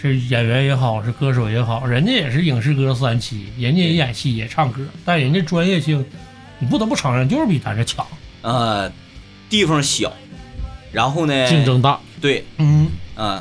是演员也好，是歌手也好，人家也是影视歌三栖，人家也演戏也唱歌，但人家专业性，你不得不承认就是比咱这强。呃，地方小，然后呢，竞争大，对，嗯，嗯、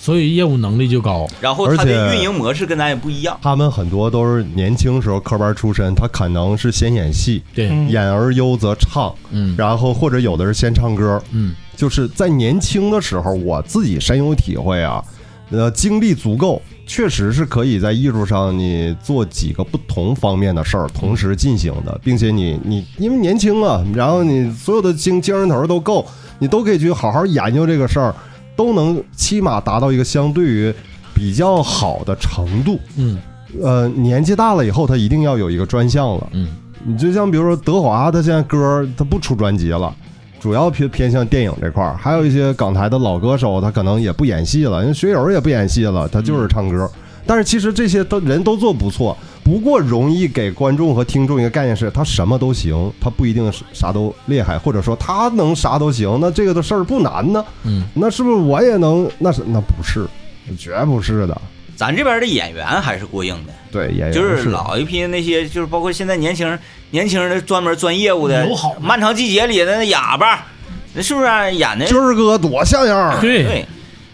所以业务能力就高。然后而它且的运营模式跟咱也不一样。他们很多都是年轻时候科班出身，他可能是先演戏，对，嗯演而优则唱，嗯然后或者有的是先唱歌，嗯，就是在年轻的时候，我自己深有体会啊。呃，经历足够，确实是可以在艺术上你做几个不同方面的事儿同时进行的，并且你你因为年轻啊，然后你所有的精精神头儿都够，你都可以去好好研究这个事儿，都能起码达到一个相对于比较好的程度。嗯呃，年纪大了以后，他一定要有一个专项了。嗯，你就像比如说德华，他现在歌儿他不出专辑了，主要偏偏向电影这块儿。还有一些港台的老歌手，他可能也不演戏了，因为学友也不演戏了，他嗯就是唱歌。但是其实这些都人都做不错，不过容易给观众和听众一个概念是，他什么都行，他不一定是啥都厉害，或者说他能啥都行，那这个的事儿不难呢？嗯，那是不是我也能？那是那不是，绝不是的。咱这边的演员还是过硬的，对，演员就是哎是啊老一批那些，就是包括现在年轻人，年轻人的专门钻业务的，有好漫长季节》里的那哑巴，那是不是啊、演的？军儿哥多像样儿。对，对，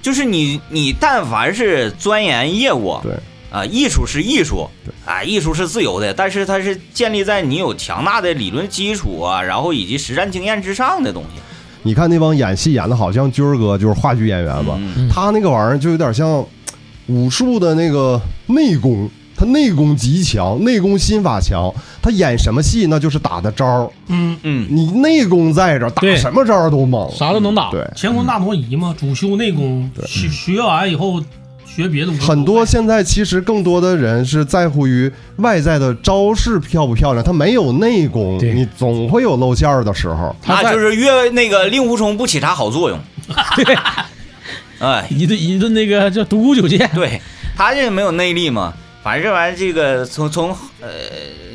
就是你你但凡是钻研业务，对啊，艺术是艺术对，啊，艺术是自由的，但是它是建立在你有强大的理论基础啊，然后以及实战经验之上的东西。你看那帮演戏演的好像军儿哥就是话剧演员吧，嗯他那个玩意儿就有点像武术的那个内功，他内功极强，内功心法强，他演什么戏那就是打的招儿，嗯，嗯，你内功在这儿，打对什么招儿都猛。啥都能打。对，乾坤大挪移嘛，主修内功，学学完以后学别的武功很多现在其实更多的人是在乎于外在的招式漂不漂亮，他没有内功，对你总会有露馅儿的时候。他那在啊就是越那个令狐冲不起啥好作用。哎，一顿一顿那个叫独孤九 剑。对，他这个没有内力嘛。反正这玩意儿，这个从从呃，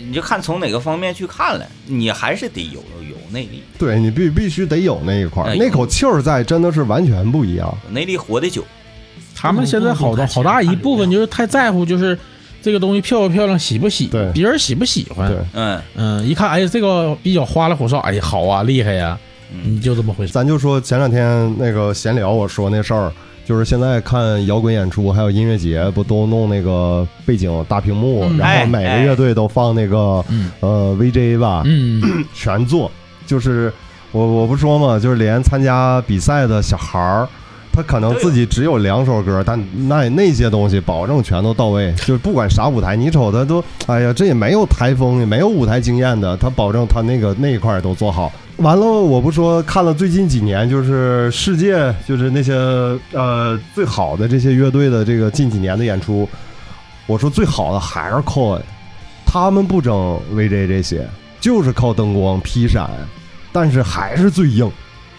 你就看从哪个方面去看了，你还是得有有内力，对你必必须得有那一块儿，哎那口气儿在，真的是完全不一样。有内力活得久。 他们现在好多好大一部分就是太在乎就是这个东西漂不漂亮，喜不喜，对别人喜不喜欢。对，嗯，嗯，一看，哎，这个比较花里胡哨，哎，好啊，厉害呀、嗯你就这么回事。咱就说前两天那个闲聊，我说那事儿，就是现在看摇滚演出还有音乐节，不都弄那个背景大屏幕，嗯然后每个乐队都放那个、嗯呃 VJ 吧，嗯，全做，就是我我不说嘛，就是连参加比赛的小孩儿。他可能自己只有两首歌，但那那些东西保证全都到位，就是不管啥舞台，你瞅他都，哎呀，这也没有台风，也没有舞台经验的，他保证他那个那一块儿都做好。完了，我不说看了最近几年，就是世界，就是那些呃最好的这些乐队的这个近几年的演出，我说最好的还是 Coin，他们不整 VJ 这些，就是靠灯光劈闪，但是还是最硬，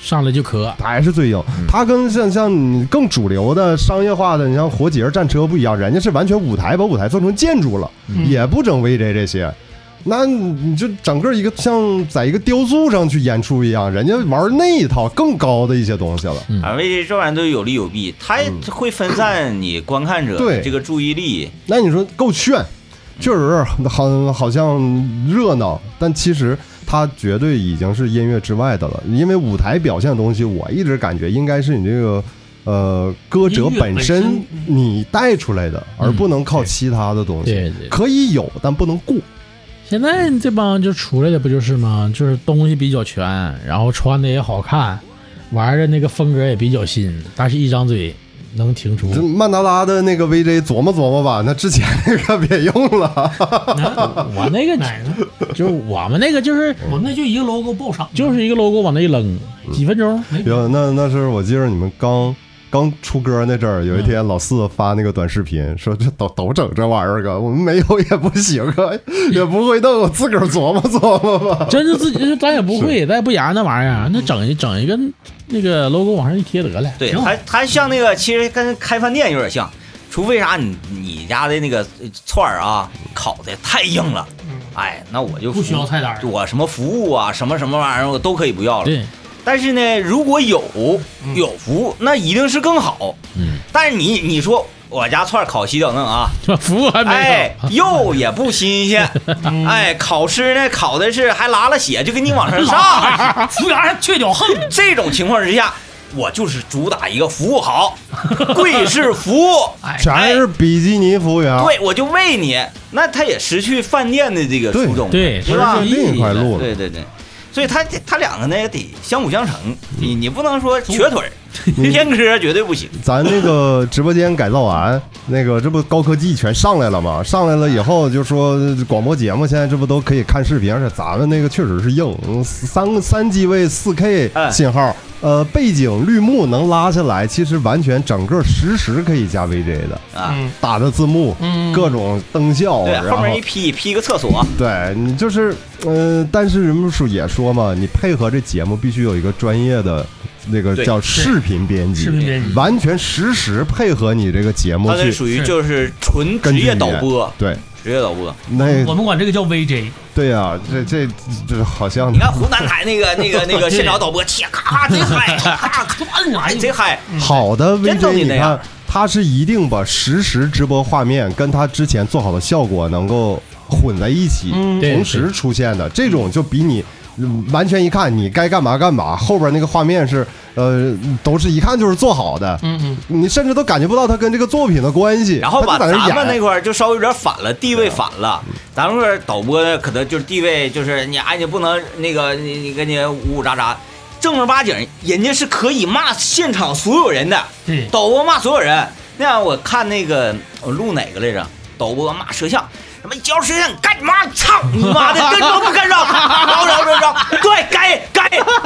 上来就磕，还是最硬。他跟像像你更主流的商业化的，你像火姐儿战车不一样，人家是完全舞台把舞台做成建筑了，嗯也不整 VJ 这些。那你就整个一个像在一个雕塑上去演出一样，人家玩那一套更高的一些东西了。反正这玩意儿都有利有弊，它会分散你观看者对这个注意力。那你说够炫，确实好好像热闹，但其实它绝对已经是音乐之外的了。因为舞台表现的东西，我一直感觉应该是你这个呃歌者本身音乐本身你带出来的，而不能靠其他的东西。对对可以有，但不能过。现在这帮就出来的不就是吗？就是东西比较全，然后穿的也好看，玩的那个风格也比较新，但是一张嘴能听出这曼达拉的那个 VJ 琢磨琢磨吧，那之前那个 别用了。我那个哪个？就是我们那个就是我们那就一个 logo 爆场，就是一个 logo 往那一扔，几分钟没有那那是我记得你们刚刚出歌那阵儿，有一天老四发那个短视频，说这都都整这玩意儿个，我们没有也不行啊，也不会弄，我自个儿琢磨琢磨吧。真是自己咱也不会，咱也不研究那玩意儿，啊那整一整一个那个 logo 往上一贴得了。对，挺好还还像那个，其实跟开饭店有点像，除非啥你你家的那个呃串儿啊烤的太硬了，哎，那我嗯就不需要服菜单儿我什么服务啊，什么什么玩意儿我都可以不要了。对，但是呢，如果有嗯有服务，那一定是更好。嗯，但是你你说我家串儿烤西等等啊，这服务还没哎到，，肉也不新鲜， 嗯哎，烤吃呢烤的是还拉了血，就给 你往上哎上。服务员还缺脚横，这种情况之下，我就是主打一个服务 好，贵是服务。哎，全是比基尼服务员，对，我就喂你，那他也失去饭店的这个对初衷，对是吧？失去啊另一块路了。啊对对对，所以他他两个呢也得相辅相成，你你不能说瘸 腿儿，天哥绝对不行。咱那个直播间改造完，那个这不高科技全上来了吗？上来了以后就说广播节目现在这不都可以看视频，而且咱们那个确实是硬，嗯三三机位四 K 哎信号，呃，背景绿幕能拉下来，其实完全整个实时可以加 VJ 的，啊，嗯打的字幕，嗯各种灯效，啊对，哦然后后面一劈劈个厕所，对你就是，呃，但是人们说也说嘛，你配合这节目必须有一个专业的那个对叫视频编辑，视频编辑完全实时配合你这个节目他这去属于就是纯根职据业你导播，对，职业导播。那我们管这个叫 VJ，对呀、这这这好像你看湖南台那个那个 那个现场导播，切咔咔贼嗨，咔咔转哎来贼嗨，好的嗯真都 VJ，得你那样看他是一定把实时直播画面跟他之前做好的效果能够混在一起，嗯对同时出现的这种就比你。嗯完全一看你该干嘛干嘛，后边那个画面是，呃，都是一看就是做好的，嗯嗯，你甚至都感觉不到它跟这个作品的关系。然后吧，他就在咱们那那演嗯块儿就稍微有点反了，地位反了。咱们这儿导播呢，可能就是地位，就是你哎，你不能那个，你你跟你呜呜喳喳。正儿八经，人家是可以骂现场所有人的，对，导播骂所有人。那样我看那个我录哪个来着？导播骂摄像，什么教摄像干你妈！操你妈的，跟着不跟着？嚷嚷嚷嚷，对，该该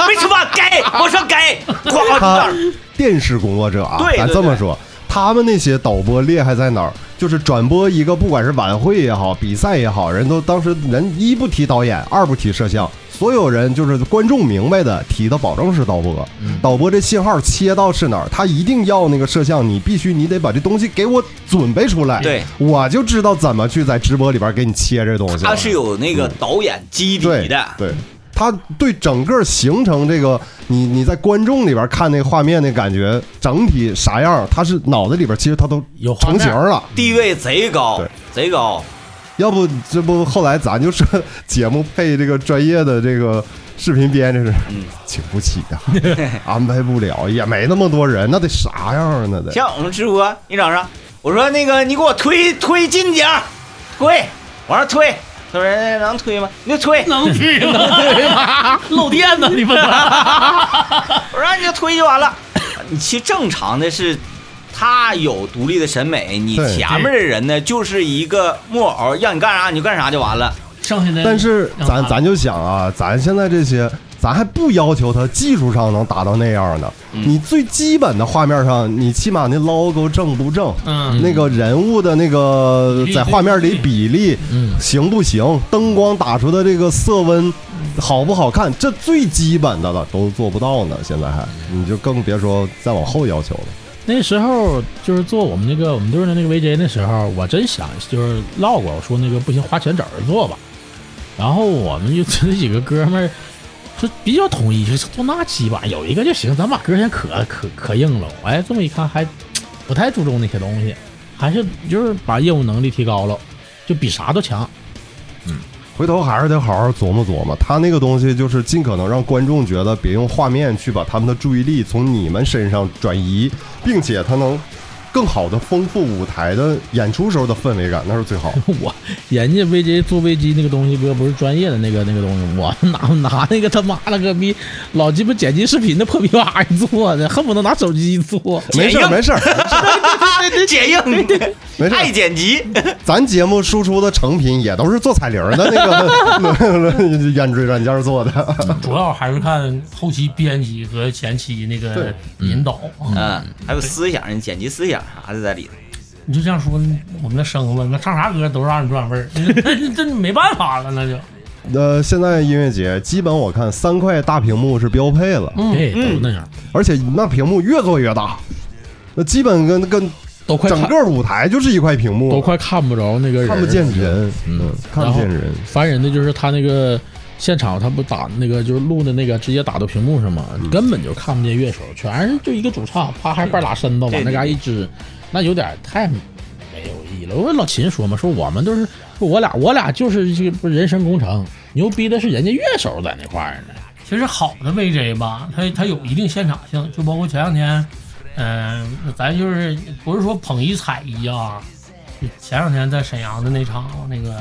没吃饭，该我说 该，哐哐他哐。电视工作者啊，对对咱这么对说，他们那些导播厉害在哪儿？就是转播一个，不管是晚会也好，比赛也好，人都当时人一不提导演，二不提摄像，所有人就是观众明白的提的，保证是导播。嗯导播这信号切到是哪儿，他一定要那个摄像，你必须你得把这东西给我准备出来，对，我就知道怎么去在直播里边给你切这东西了。他啊是有那个导演基嗯对底的，对，他对整个形成这个你你在观众里边看那个画面那感觉整体啥样，他是脑子里边其实他都有画成面型了。地位贼高对，贼高。要不这不后来咱就说 节目配这个专业的这个视频编这是嗯，请不起啊， 安排不了，也没那么多人，那得啥样啊？那得像我们直播，你整上，我说那个你给我推推近点儿，推往上推。他说哎能推吗？你就推。能去 能去吗？漏电 呢？你们我说你就推就完了。 你其实正常的是，他有独立的审美，你对前面的人呢就是一个木偶，让你干啥你就干啥就完了。剩下的，但是让咱他咱就想啊，咱现在这些，咱还不要求它技术上能达到那样的。你最基本的画面上，你起码那 logo 正不正，嗯那个人物的那个比例在画面里比例嗯行不行，灯光打出的这个色温好不好看，这最基本的了都做不到呢。现在还，你就更别说再往后要求了。那时候就是做我们那个我们队的那个 VJ 那时候，我真想就是唠过，我说那个不行，花钱找人做吧。然后我们就这几个哥们儿说比较统一，就做那鸡巴，有一个就行，咱把歌先可可可硬了。哎，这么一看还不太注重那些东西，还是就是把业务能力提高了，就比啥都强。嗯，回头还是得好好琢磨琢磨。他那个东西就是尽可能让观众觉得别用画面去把他们的注意力从你们身上转移，并且他能更好的丰富舞台的演出时候的氛围感，那是最好的。我人家 VJ 做 VJ 那个东西，不不是专业的那个那个东西，我 拿拿那个他妈了个逼老鸡巴剪辑视频的破逼玩意儿做的，恨不得拿手机一做。没事儿没事儿， 剪映，没事嗯儿爱剪辑，咱节目输出的成品也都是做彩铃儿的那个演追软件做的。主要还是看后期编辑和前期那个引导啊。嗯，还有思想，剪辑思想啥的在里头。你就这样说，我们那生子那唱啥歌都是二人转味儿， 这这没办法了，那就呃，现在音乐节基本我看三块大屏幕是标配了，嗯对，都那样，而且那屏幕越做越大，那基本跟跟都快整看个舞台就是一块屏幕，都快看不着那个人，看不见人，嗯嗯，看然不后见人。烦人的就是他那个现场，他不打那个就是录的那个，直接打到屏幕上嘛，根本就看不见乐手，全是就一个主唱，啪还半拉身子往对那嘎一支，那有点太没有意义了。我跟老秦说嘛，说我们都是说我俩我俩就是这个不是人生工程，牛逼的是人家乐手在那块儿呢。其实好的 VJ 吧，它它有一定现场性，就包括前两天，嗯、咱就是不是说捧一踩一啊，前两天在沈阳的那场那个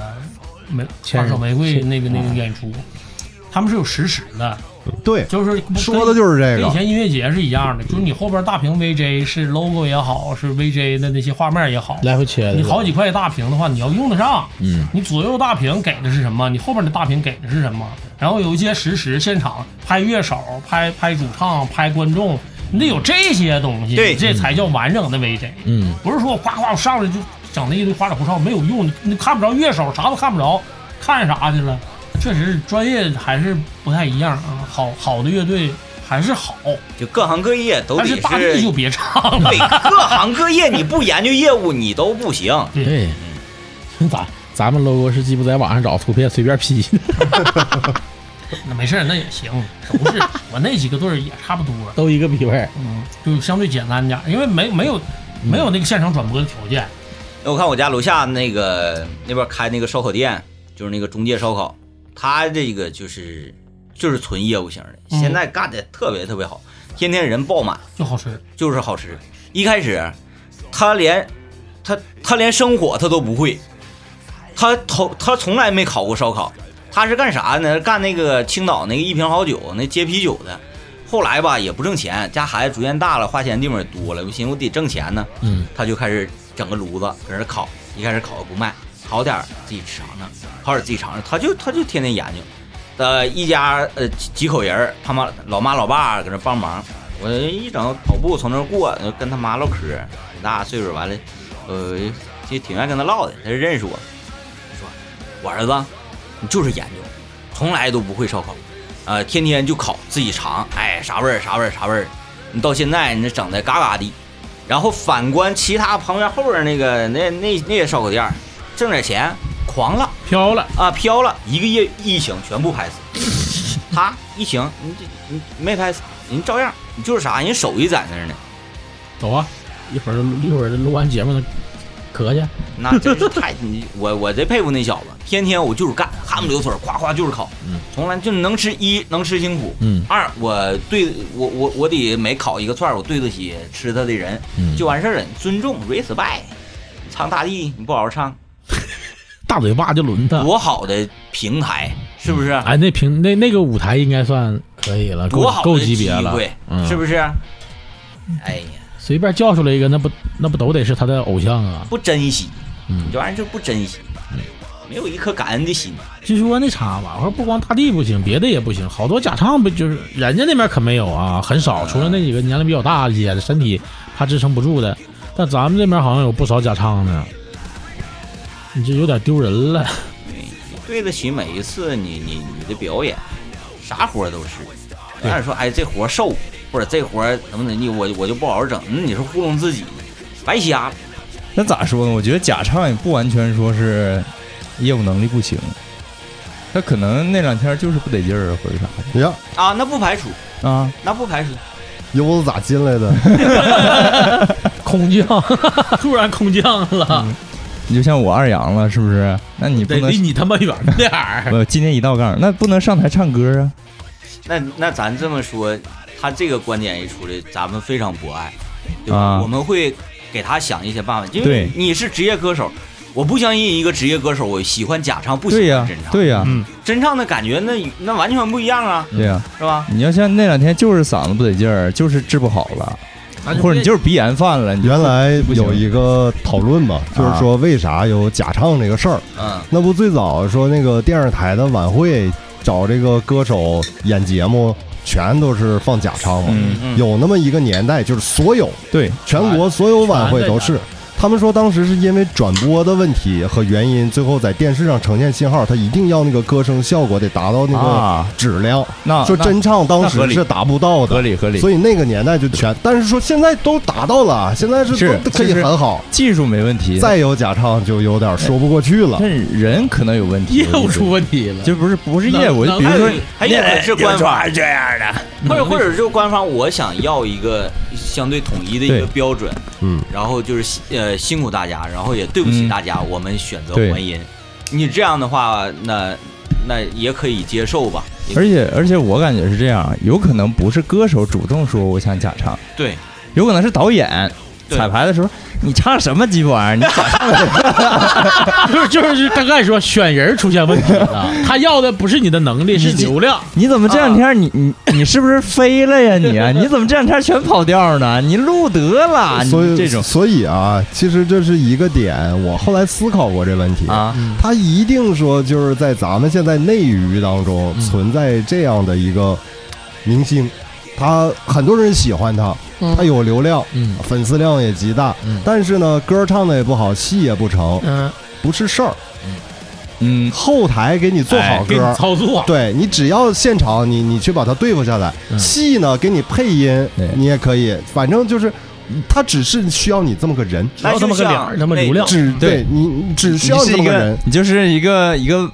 玫千二人手玫瑰那个那啊个演出，他们是有实时的，嗯对，就是跟说的就是这跟以个。前音乐节是一样的，就是你后边大屏 VJ 是 logo 也好，是 VJ 的那些画面也好，来回切的，你好几块大屏的话，你要用得上。嗯，你左右大屏给的是什么？你后边的大屏给的是什么？然后有一些实时现场拍乐手、拍拍主唱、拍观众，你得有这些东西，对这才叫完整的 VJ。嗯，不是说我夸夸我上来就整那一堆花里胡哨没有用，你你看不着乐手，啥都看不着，看啥去了？确实专业还是不太一样啊。好好的乐队还是好，就各行各业都得但是大地就别 唱了。 对，各行各业你不研究业务你都不行。对，咱咱们 logo 是鸡巴在网上找图片随便 P 的，那没事儿，那也行，都是我那几个队儿也差不多。啊都一个逼味儿。嗯，就相对简单点儿，因为没没有没有那个现场转播的条件。我看我家楼下那个那边开那个烧烤店，就是那个中介烧烤，他这个就是就是纯业务型的，嗯现在干的特别特别好，天天人爆满，就好吃，就是好吃。一开始他连他他连生火他都不会，他头他从来没烤过烧烤，他是干啥呢？干那个青岛那个一瓶好酒那接啤酒的。后来吧也不挣钱，家孩子逐渐大了，花钱地方也多了，我寻思我得挣钱呢，嗯，他就开始整个炉子搁那烤，一开始烤不卖，烤点儿自己吃尝尝，烤点儿自己尝尝，他就他就天天研究，呃，一家呃几几口人儿，他妈老妈老爸搁那帮忙，我一整跑步从那儿过，呃跟他妈唠嗑儿，挺大岁数完了，呃，就挺愿意跟他唠的，他就认识我，说我儿子，你就是研究，从来都不会烧烤，呃，天天就烤自己尝，哎，啥味儿啥味儿啥味儿，你到现在你这整的嘎嘎的。然后反观其他旁边后边那个那那那些烧烤店儿，挣点钱狂了飘了，啊飘了，一个月疫情全部拍死。他疫情，你这你没拍死，人照样，你就是啥，人手艺在那儿呢，走啊，一会儿一会儿录完节目呢，咳去。那真是太你我我真佩服那小子，天天我就是干，汗不流腿儿，夸夸就是烤，嗯从来就能吃一能吃辛苦，嗯二我对我我我得每烤一个串儿，我对得起吃他的人，嗯就完事儿了，尊重 respect，你唱大地你不好好唱。大嘴巴就轮他。多好的平台，是不是？哎，那平那那个舞台应该算可以了，够多好够的级机别了会，，嗯，是是？不是？哎呀，随便叫出来一个，那不那不都得是他的偶像啊？不珍惜，嗯你这玩意儿就不珍惜，没有一颗感恩的心。据说那场吧，我说不光大地不行，别的也不行，好多假唱不就是人家那边可没有啊，很少，除了那几个年龄比较大些的，身体怕支撑不住的，但咱们这边好像有不少假唱呢，你这有点丢人 了。对，你对得起每一次你你你的表演，啥活儿都是。对但是说，哎，这活儿瘦，或者这活儿怎么怎么地，我我就不好好整，那你是糊弄自己，白瞎。 那咋说呢？我觉得假唱也不完全说是业务能力不行，他可能那两天就是不得劲儿或者啥呀，啊，那不排除，的啊。那不排除。优子咋进来的？ 嗯空降，突然空降了。你就像我二阳了，是不是？那你不得能离你他妈远 点儿。我今年一道杠，那不能上台唱歌啊！那那咱这么说，他这个观点一出来，咱们非常博爱，对吧？啊我们会给他想一些办法，因为对你是职业歌手，我不相信一个职业歌手我喜欢假唱不对喜呀、欢真唱，对呀、嗯真唱的感觉那那完全不一样啊，对呀、是吧？你要像那两天就是嗓子不得劲儿，就是治不好了，或者你就是鼻炎犯了，你就原来不行有一个讨论嘛，就是说为啥有假唱这个事儿？嗯，那不最早说那个电视台的晚会找这个歌手演节目，全都是放假唱嘛？嗯嗯有那么一个年代，就是所有对全国所有晚会都是。他们说当时是因为转播的问题和原因，最后在电视上呈现信号，他一定要那个歌声效果得达到那个啊，质量。那说那真唱当那合时理是达不到合的，理合理，所以那个年代就全。但是说现在都达到了，现在是是都可以就是很好。技术没问题，再有假唱就有点说不过去 了。但人可能有问题，业务出我问题了，觉得就不是不是业务，能就比如说能还有还有是官方这样的， 或者或者就是官方，我想要一个相对统一的一个对标准，嗯，然后就是呃辛苦大家，然后也对不起嗯大家，我们选择对还音。你这样的话，那那也可以接受吧？也而且而且我感觉是这样，有可能不是歌手主动说我想假唱，对，有可能是导演。对彩排的时候，你唱什么鸡巴玩意儿？你假唱不是就是刚开始说选人出现问题了，他要的不是你的能力，是你流量。你怎么这两天你你你是不是飞了呀你？啊你怎么这两天全跑调呢？你录得了，你所以啊这种所以啊，其实这是一个点，我后来思考过这问题。啊，他一定说就是在咱们现在内娱当中嗯存在这样的一个明星，他很多人喜欢他，他有流量，嗯粉丝量也极大嗯，但是呢，歌唱的也不好，戏也不成，嗯，不是事儿。嗯，后台给你做哎好哎给歌你，操作，对你只要现场你你去把它对付下来，嗯戏呢给你配音对，你也可以，反正就是他只是需要你这么个人，那要他就妈个像脸儿他妈那流量种只对对你你只需要你你是这一么个个人，，你就是一个一个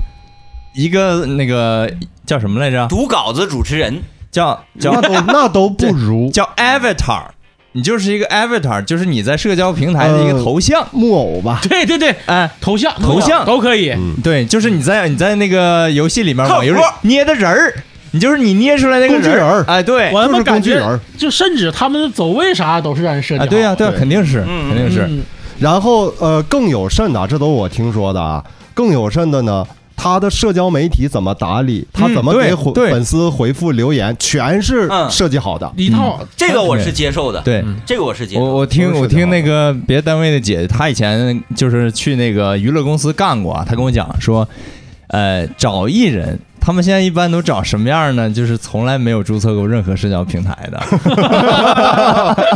一个那个叫什么来着？读稿子主持人，叫那叫 都那都不如叫 avatar，你就是一个 avatar，就是你在社交平台的一个呃头像。木偶吧。对对对，哎，头像头像都可嗯以。对，就是你在你在那个游戏里面网游里靠谱捏的人儿，你就是你捏出来那个工具人儿儿。哎，对，我他就妈是感工具人觉儿，就甚至他们的走位啥都是让人设计好。啊，对呀，对呀，对肯定是，嗯肯定是。嗯然后呃，更有甚的，这都我听说的啊。更有甚的呢，他的社交媒体怎么打理，他嗯怎么对给回对粉丝回复留言，全是嗯设计好的。一嗯套这个我是接受的，对，这嗯个我是接我受的。我听都是我社交听的那个别的单位的姐姐，她以前就是去那个娱乐公司干过啊，她跟我讲说，呃，找艺人，他们现在一般都找什么样呢？就是从来没有注册过任何社交平台的，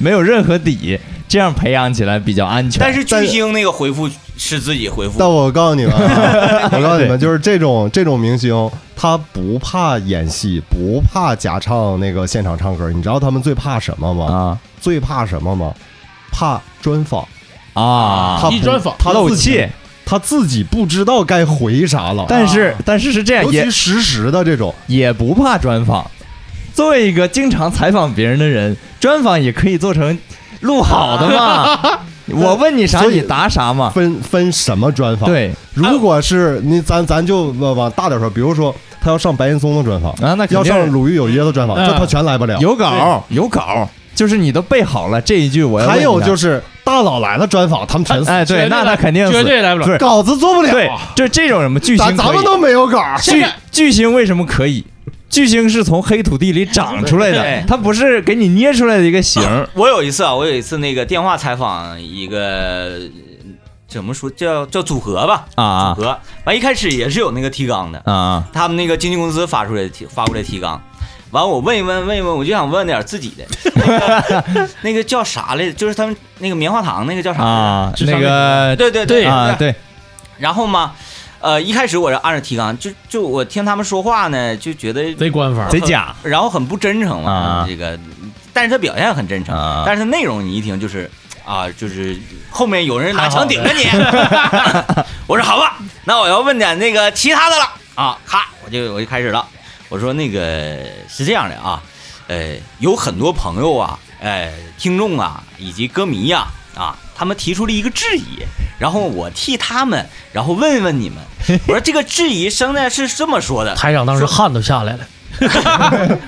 没有任何底，这样培养起来比较安全。但是巨星那个回复是自己回复，但我告诉你们、 啊，我告诉你们，就是这种这种明星，他不怕演戏，不怕假唱那个现场唱歌。你知道他们最怕什么吗？啊最怕什么吗？怕专访。啊，他一不专访他漏自己气，，他自己不知道该回啥了。啊但是但啊是是这样，尤也其实时的这种，也不怕专访。作为一个经常采访别人的人，专访也可以做成录好的 嘛。我问你啥，所以你答啥嘛。分分什么专访？，啊对如果是你，咱咱就往往大点说，比如说他要上白岩松的专访，啊，那肯要定上是鲁豫有约的专访，嗯这他全来不了。有稿有稿，就是你都背好了这一句我要问还你的。有就是大佬来了专访，他们全死，哎，对，那他肯定绝死对来不不了。是稿子做不了对，就这种什么巨星可咱以，咱们都没有稿。巨巨星为什么可以？巨星是从黑土地里长出来的对，它不是给你捏出来的一个形儿。 我有一次啊，我有一次那个电话采访一个怎么说叫叫组合吧，啊组合完一开始也是有那个提纲的，啊他们那个经纪公司发出来的提发过来提纲，完我问一问问一问，我就想问点自 己的，那个那个叫啥来着？就是他们那个棉花糖那个叫啥？啊！智商那个对对对啊，对，然后嘛，呃，一开始我是按照提纲，就就我听他们说话呢，就觉得贼官方，贼假然后很不真诚嘛，啊这个，但是他表现很真诚，啊但是他内容你一听就是啊，就是后面有人拿枪顶 着你， 我说好吧，那我要问点那个其他的了啊，咔，我就我就开始了，我说那个是这样的啊，呃，有很多朋友啊，呃，听众啊，以及歌迷呀、啊，啊，他们提出了一个质疑，然后我替他们，然后问问你们，我说这个质疑声呢是这么说的，台长当时汗都下来了。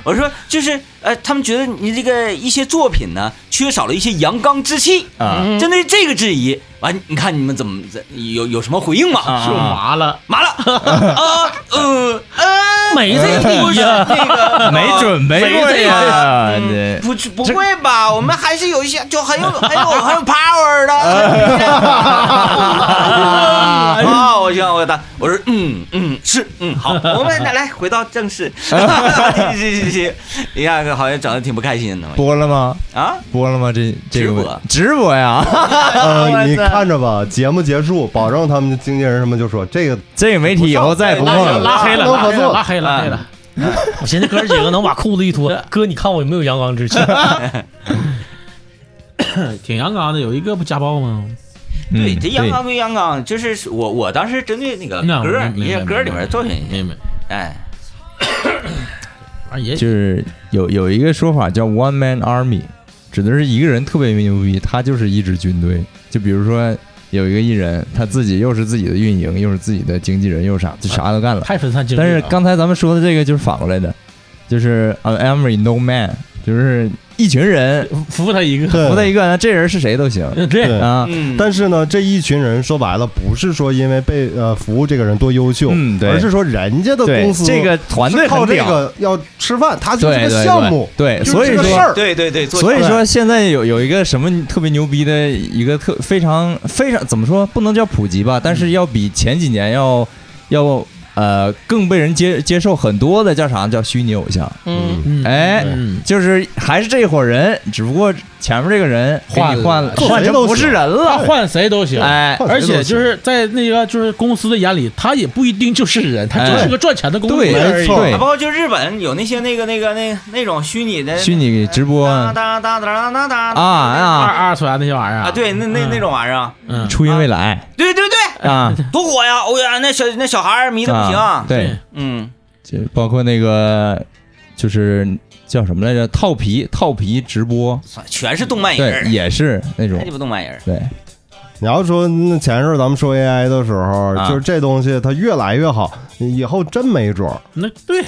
我说就是呃，他们觉得你这个一些作品呢缺少了一些阳刚之气啊针对这个质疑，完、你看你们怎么怎有有什么回应吗？就麻了，麻了 啊呃呃，没这不理是呀、那个 没准备啊没过这呀，嗯这不不会吧？我们还是有一些就很有很有很有 power 的。啊！我想我打，我说嗯嗯是嗯好，我们来来回到正事。行行行，你看好像整的挺不开心的播了吗？啊！播了吗？这这个直播问直播呀，呃，你看着吧，节目结束，保证他们的经纪人什么就说这个这个媒体以后再不不碰错拉了。拉黑了，都拉合黑了，作拉黑了，拉黑了。嗯 我寻思哥儿几个能把裤子一 脱，哥你看我有没有阳刚之气？挺阳刚的，有一个不家暴吗？嗯对，这啊阳刚归阳刚，就是我我当时针对那个那歌儿，明一些白歌儿里面作品，明白，哎，反正也就是有有一个说法叫 one man army，指的是一个人特别牛逼，他就是一支军队。就比如说有一个艺人，他自己又是自己的运营，又是自己的经纪人，又是啥，就啥都干了。太分散精力但了是刚才咱们说的这个就是反过来的，就是 an army no man，就是一群人服务他一个，不在一个，那这人是谁都行呃对，对啊。嗯，但是呢，这一群人说白了，不是说因为被呃服务这个人多优秀，嗯对而是说人家的对公，司这个团队是靠很这屌，个要吃饭，他就是对这对个项目，对，就对是所以这个说事儿对对对，做所以出来说，现在有有一个什么特别牛逼的一个特非常非常怎么说，不能叫普及吧，但是要比前几年要要呃更被人接接受很多的叫啥叫虚拟偶像，嗯，嗯哎嗯就是还是这伙人，只不过前面这个人给换你了换做了，换成谁都不是人他了，换谁都行。哎，换而谁且都行就是在那个就是公司的眼里，他也不一定就是人，他就是个赚钱的工具对，而没已。错对啊，包，括就日本有那些那个那个那那种虚拟的虚拟直播当啊当当当当当二啊，二次元那些玩意儿啊，对，那那那，种玩意儿，嗯，嗯初音未来对对对，啊，多火呀！欧呀，那小那小孩儿迷的不行啊啊，对，嗯，就包括那个就是叫什么来着，套皮套皮直播。全是动漫人对，儿，也是那种太鸡巴动漫人儿，对，你要说那前一阵儿咱们说 AI 的时候，啊就是这东西它越来越好，以后真没准儿。那对，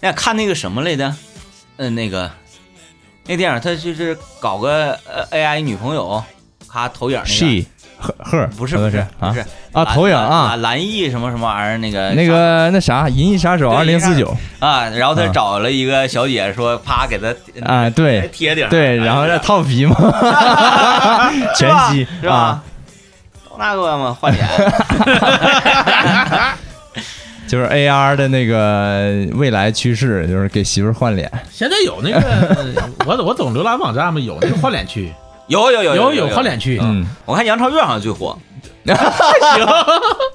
那哎看那个什么来的，嗯，那个那电影，他就是搞个呃 AI 女朋友，咔投影那个。 she 赫赫不是好不像是不啊是啊蓝投影蓝啊，蓝翼什么什么玩意儿那个那个那啥《银翼杀手对二零四九啊，然后他啊找了一个小姐说，啪给他》啊，哎对贴顶上，对，哎然后再套皮嘛，是 拳吧击是吧啊，？都那个嘛，换脸，就是 AR 的那个未来趋势，就是给媳妇儿换啊脸，现在有那个， 我我总浏览网站嘛，有那个换脸区，有有有有有换脸区，嗯，我看杨超越好像最火，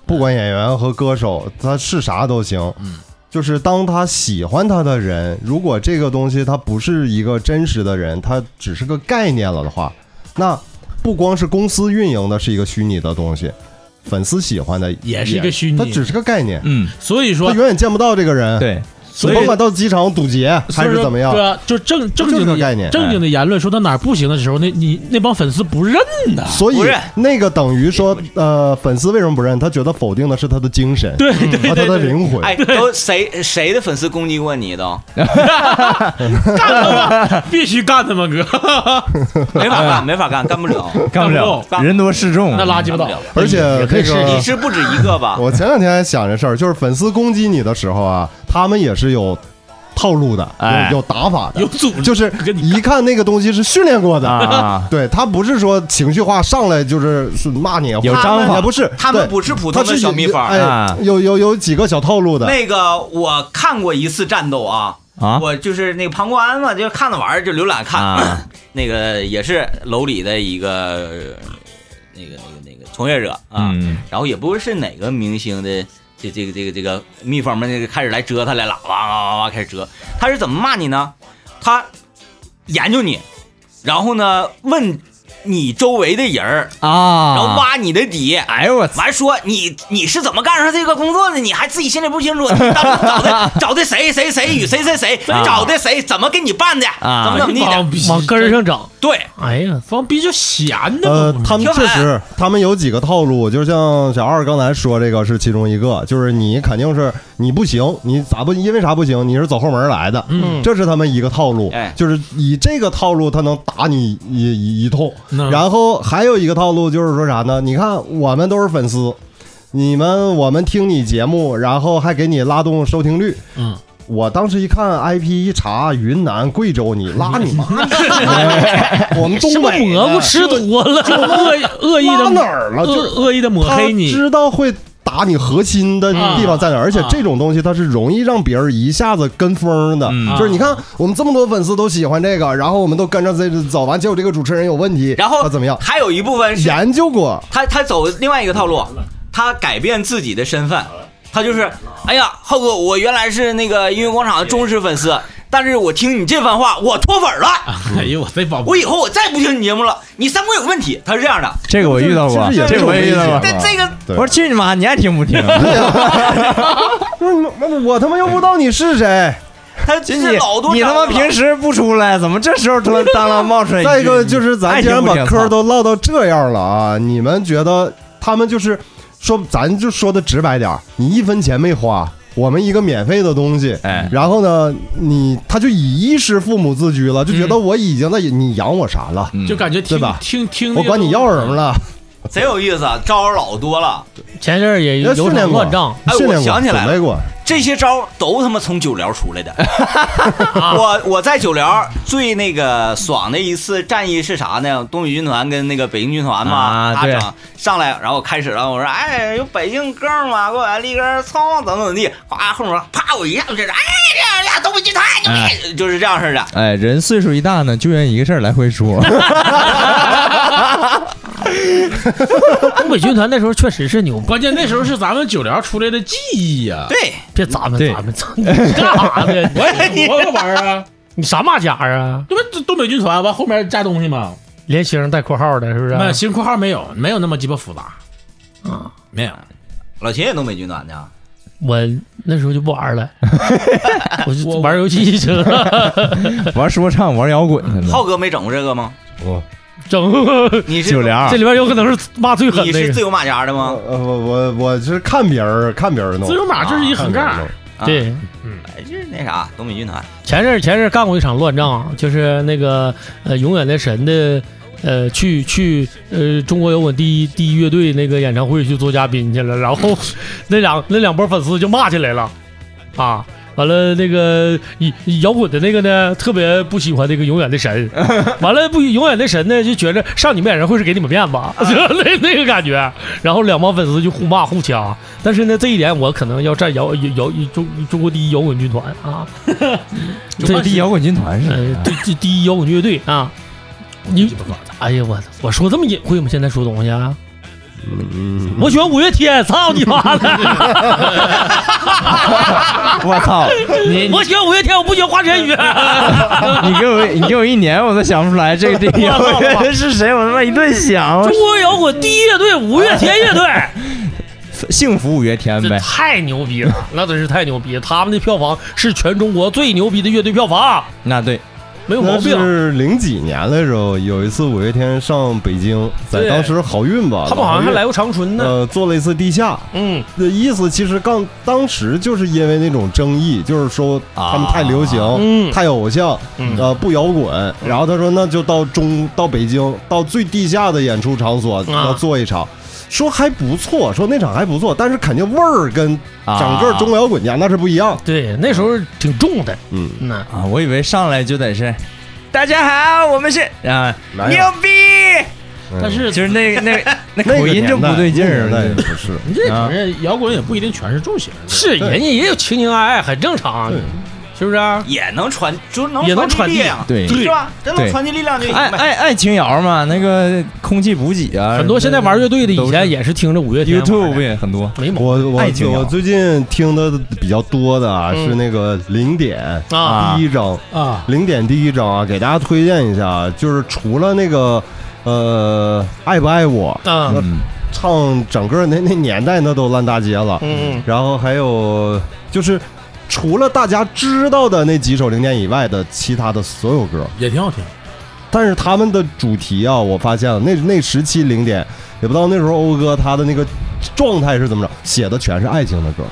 不管演员和歌手，他是啥都行。嗯，就是当他喜欢他的人，如果这个东西他不是一个真实的人，他只是个概念了的话，那不光是公司运营的是一个虚拟的东西，粉丝喜欢的也是一个虚拟它只是个概念，嗯，所以他说，永远见不到这个人。，对，所以甭管到机场堵截还是怎么样对，啊，就正就正是经个的概念正经的言论说他哪儿不行的时候，那你那帮粉丝不认呐。所以不是那个等于说，呃，粉丝为什么不认？他觉得否定的是他的精神嗯对对和对他对的灵魂。哎，都谁谁的粉丝攻击过你 都干他妈，必须干他妈哥，没法哎干，没法干，干不了，干不了干，不了人多势众， 那垃圾不倒干不了。而且也可以这吃个你，是不止一个啊吧？嗯我前两天还想这事儿，就是粉丝攻击你的时候啊，他们也是有套路的，哎有有打法的有，组织就是跟你一看那个东西是训练过的。啊，对他不是说情绪化上来就是是骂你，啊有章法也不是，他们对不是普他通的是小有蜜蜂儿。哎啊，有有有几个小套路的，那个我看过一次战斗啊，啊我就是那个旁观嘛，就是看着玩儿，就浏览看。啊 那个也是楼里的一个呃那个那个那个从业者啊，嗯然后也不是哪个明星的这这个这个这个蜜蜂们那个开始来蛰他来了，哇哇哇哇开始蛰。他是怎么骂你呢？他研究你，然后呢问你周围的人儿，啊，然后挖你的底。哎呦我操，完说你你是怎么干上这个工作的？你还自己心里不清楚，你当初找 的找的谁谁谁与谁谁谁啊找的谁怎么给你办的，啊怎么怎么地的？往根儿上整。对，哎呀，放逼就闲的嘛呃，不是他们确实，他们有几个套路，就像小二刚才说这个是其中一个，就是你肯定是你不行，你咋不因为啥不行？你是走后门来的，嗯这是他们一个套路哎，就是以这个套路他能打你一一一通。那然后还有一个套路就是说啥呢？你看我们都是粉丝，你们我们听你节目，然后还给你拉动收听率，嗯。我当时一看 IP 一查，云南、贵州，你拉你妈！ 哎我们是东不北是的蘑菇吃多了，恶恶意拉哪的儿了？就是恶恶意的抹他黑你，知道会打你核心的地方在哪儿，而且啊这种东西它是容易让别人一下子跟风的。嗯啊就是你看，我们这么多粉丝都喜欢这个，然后我们都跟着这走完，结果这个主持人有问题，然后他怎么样？还有一部分是研究过，他他走另外一个套路，他改变自己的身份，他就是，哎呀，浩哥，我原来是那个音乐广场的忠实粉丝，但是我听你这番话，我脱粉啊了， 哎呦我这宝我以后我再不听你节目了，你三观有问题，他是这样的。这个我遇到过，其实也这个我也遇到是过危险。但这个对我说去你妈！你爱听不听？不是 你妈我他妈又不知道你是谁。他就这你老多你他妈章了平时不出来，怎么这时候突然当啷冒出来？再一个就是，咱既然把嗑儿都都唠到这样了啊，你们觉得他们就是说，咱就说的直白点儿，你一分钱没花，我们一个免费的东西，哎然后呢，你他就以衣食父母自居了，就觉得我已经在你养我啥嗯了，就感觉听对吧听听那我个管你要什么了？贼有意思啊，招儿老多了，前阵儿也那有训练场过乱 账，哎我训练过，想起来了准备过，啊这些招儿都他妈从九辽出来的。我我在九辽最那个爽的一次战役是啥呢？东北军团跟那个北京军团嘛，啊他对整上来，然后开始了，我说哎，有北京哥们儿嘛，给我立根葱，怎么怎么地，哗后面啪我一下就是哎这样呀，东北军团牛逼，就是这样式的。哎，人岁数一大呢，就愿意一个事儿来回 说。东北军团那时候确实是牛逼，关键那时候是咱们九聊出来的记忆呀、对，别咱们对咱们咱们你干 啥呢？我也我个玩儿啊，你啥马甲啊？这不这东北军团完后面加东西吗？连星带括号的，是不啊是？那新括号没有，没有那么鸡巴复杂啊，嗯没有。老秦也东北军团的，我那时候就不玩 了，我就玩游戏去了，玩说唱，玩摇滚去了。浩哥没整过这个吗？整你是九啊连这里边有可能是骂最狠你那是自个。由马甲的吗？呃，我我我是看别人看别人弄自，由马这是一横杠，啊，对，哎就是那啥东北军团。前阵儿前阵儿干过一场乱仗，就是那个呃永远的神的呃去去呃中国摇滚第一第一乐队那个演唱会去做嘉宾去了，然后那两那两波粉丝就骂起来了啊。完了，那个以摇滚的那个呢，特别不喜欢那个永远的神。完了，不永远的神呢，就觉着上你们演唱会是给你们面子，就 那那个感觉。然后两帮粉丝就互骂互掐。但是呢，这一点我可能要站摇摇摇中中国第一摇滚军团啊。这第一摇滚军团是呃，第第第一摇滚乐队啊，你哎呀我我说这么隐晦吗？现在说东西啊，嗯，我喜欢五月天，操你妈的！我操！你我喜欢五月天，我不喜欢花千雨。 你给我你给我一年，我都想不出来这个第一 摇滚乐队是谁，我他妈一顿想。中国摇滚第一乐队五月天乐队，幸福五月天这呗，太牛逼了，那真是太牛逼！他们的票房是全中国最牛逼的乐队票房，那对，没有毛那病。是零几年的时候，有一次五月天上北京，在对当时好运吧，他们好像老还运来过长春呢。呃，做了一次地下，嗯，那意思其实刚当时就是因为那种争议，就是说他们太流行，嗯太偶像，嗯呃，不摇滚。然后他说那就到中到北京到最地下的演出场所要做一场。说还不错，说那场还不错，但是肯定味儿跟啊整个中国摇滚家那是不一样。对，那时候挺重的。嗯，那啊，我以为上来就得是。大家好，我们是啊，哪有牛逼！嗯但是就是那那那那个口音就年代嗯不对劲那个年代也儿。不是。你这承认摇滚也不一定全是重型的，啊是对人家也有情情爱爱，很正常啊对，是不是啊？也能传，就能也能传传递力量，对是吧？真能对哎传递力量就行爱呗。爱爱轻摇嘛，那个空气补给啊，很多现在玩乐队的以前也是听着五月天玩的 YouTube 也很多没毛我我爱情摇我最近听的比较多的啊，是那个零点病啊啊第一张，啊，零点第一章啊，给大家推荐一下，就是除了那个呃，爱不爱我，嗯嗯，唱整个那那年代那都烂大街了。嗯然后还有就是，除了大家知道的那几首零点以外的其他的所有歌，也挺好听。但是他们的主题啊，我发现了那那时期零点，也不知道那时候欧哥他的那个状态是怎么着，写的全是爱情的歌，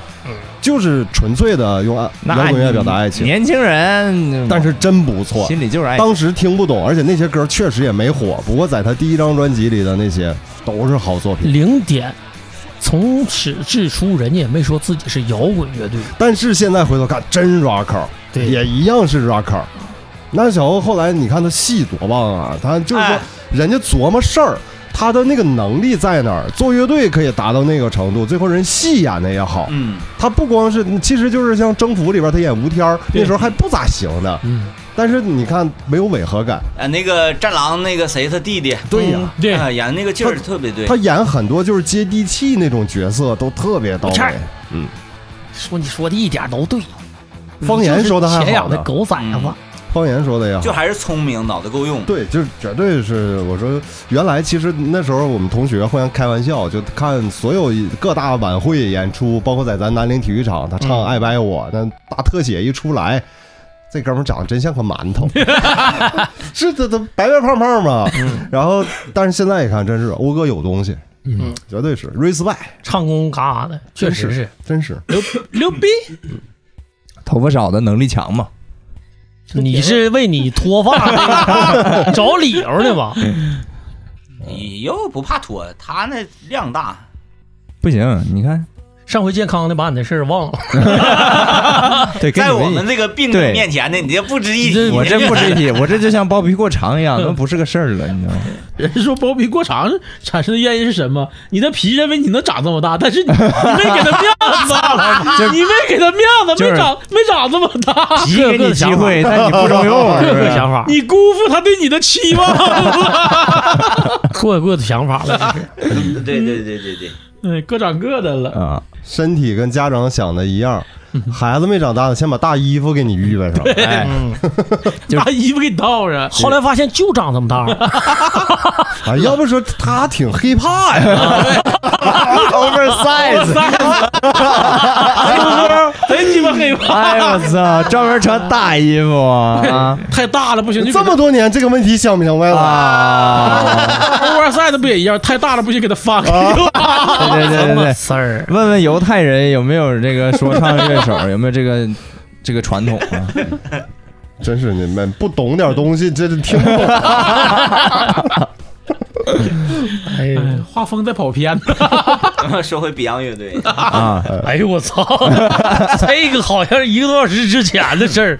就是纯粹的用爱那摇滚乐表达爱情，年轻人，但是真不错。心里就是爱。当时听不懂，而且那些歌确实也没火。不过在他第一张专辑里的那些都是好作品。零点。从始至初，人家也没说自己是摇滚乐队，但是现在回头看，真 rocker，对也一样是 rocker。那小欧后来你看他戏多棒啊，他就是说哎人家琢磨事儿，他的那个能力在哪儿，做乐队可以达到那个程度，最后人戏演的也好。嗯，他不光是，其实就是像《征服》里边他演吴天儿，对那时候还不咋行呢，嗯，但是你看没有违和感，呃，那个战狼那个谁他弟弟，对呀、对啊演那个劲儿特别对他。演很多就是接地气那种角色都特别到没事位儿。说你说的一点都对，嗯方言说得还好呢你就是前眼的狗崽子，嗯方言说的也好就。还是聪明，脑子够用。对，就是绝对是我说，原来其实那时候我们同学互相开玩笑，就看所有各大晚会演出，包括在咱南陵体育场，他唱《爱不爱我》，那大特写一出来，这哥们儿长得真像个馒 头，是他他白白胖胖嘛。然后，但是现在一看，真是欧哥有东西，嗯，绝对是 respect，唱功嘎嘎的，确实是真是牛逼。头发少的能力强嘛？你是为你脱发那个 找理由呢吧？你又不怕脱，他那量大，不行，你看，上回健康的把你的事儿 忘了，对，跟在你我一们这个病对人面前呢，你这不值一你这提。 我这不值一提，我这就像包皮过长一样，那不是个事儿了，你知道吗？人说包皮过长产生的原因是什么？你的皮认为你能长这么大，但是你你没给他 面子，你没给他面子，就是没长没长这么大，急给你机会，但你不中 用，是各不个是？想法，你辜负他对你的期望 了。各个的想法了，这是对对对对对， 哎，各长各的了。啊，身体跟家长想的一样。孩子没长大呢，先把大衣服给你预备上。哎，就 把衣服给你套上，后来发现就长这么大了，啊，要不说他挺害怕哎呀，oversize。真鸡巴黑怕， 哎呦我操，专门穿大衣服啊 太大了不行，就这么多年，这个问题想明白了。 啊！ oversize 不也一样？太大了不行，给他发哎给你。对对对对 对， 事儿。问问犹太人有没有这个说唱乐手，有没有这个这个传统啊？真是你们不懂点东西，这这听不懂。 哎呀， 画风在跑偏呢，说回 Beyond 乐队，啊， 哎呦我操，这个好像是一个多小时之前的事儿。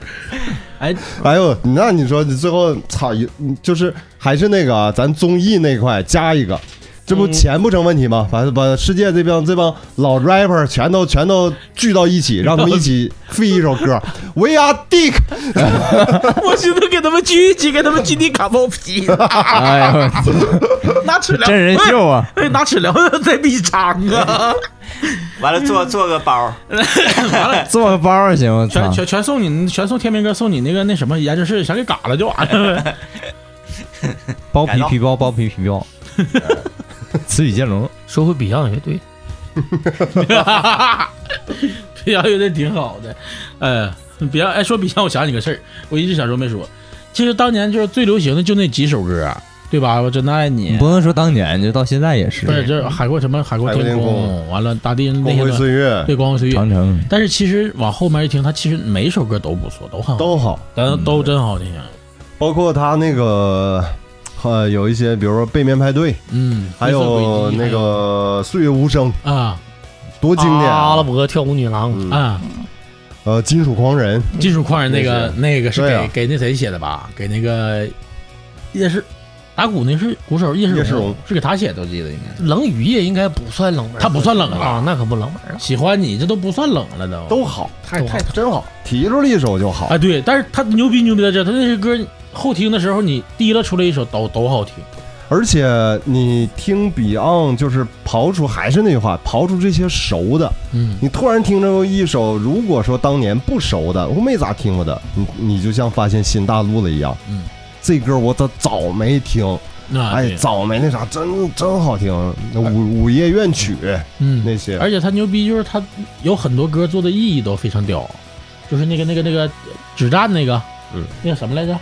哎呦，那你说你最后操，就是还是那个啊，咱综艺那块加一个，这不钱不成问题吗？把把世界这帮这帮老 rapper 全都全都聚到一起，让他们一 起 f 一首歌，We Are Dick。我寻思给他们聚一起，给他们集体卡包 皮，哎呦，拿尺量，真人秀啊！哎，拿尺量 再比长啊！完了做做个包，做个包儿行，我操全！全全送你，全送天明哥送你那个那什么研究室，全给嘎了就完了呗。包皮皮包，包皮皮包。 词语接龙，说回 Beyond 乐队， 比较有点挺好的，哎，比较哎说比较，我想起个事儿，我一直想说没说。其实当年就是最流行的就那几首歌啊，对吧？我真的爱你你，不能说当年，就到现在也是不。是就是海阔什么海阔海阔天天空，空完了大地那光些辉的岁月对光辉岁月。长城，但是其实往后面一听，它其实每首歌都不错，都很好，都嗯好，都都真好听。包括他那个呃，有一些，比如说背面派对，嗯，还有灰色轨迹那个岁月无声，啊多经典阿啊拉！伯跳舞女郎，嗯啊，呃，金属狂人，金属狂人那个那个是对给啊给那谁写的吧？给那个叶世打鼓那是鼓手叶世叶世荣是给他写的，我记得应该。冷雨夜应该不算冷门，他不算冷门啊，那可不冷门了。喜欢你这都不算冷了都。都好，太都好太真好，提出了一首就好。啊，对，但是他牛逼牛逼在这，他那些歌后听的时候，你提了出来一首都都好听。而且你听 Beyond，就是刨除还是那句话，刨除这些熟的，嗯，你突然听着一首，如果说当年不熟的，我没咋听过的，你你就像发现新大陆了一样。嗯，这歌我咋早没听，那哎对，早没那啥，真真好听，那午午夜怨曲嗯，那些，而且他牛逼，就是他有很多歌做的意义都非常屌，就是那个那个那个指战那个，嗯，那个什么来着？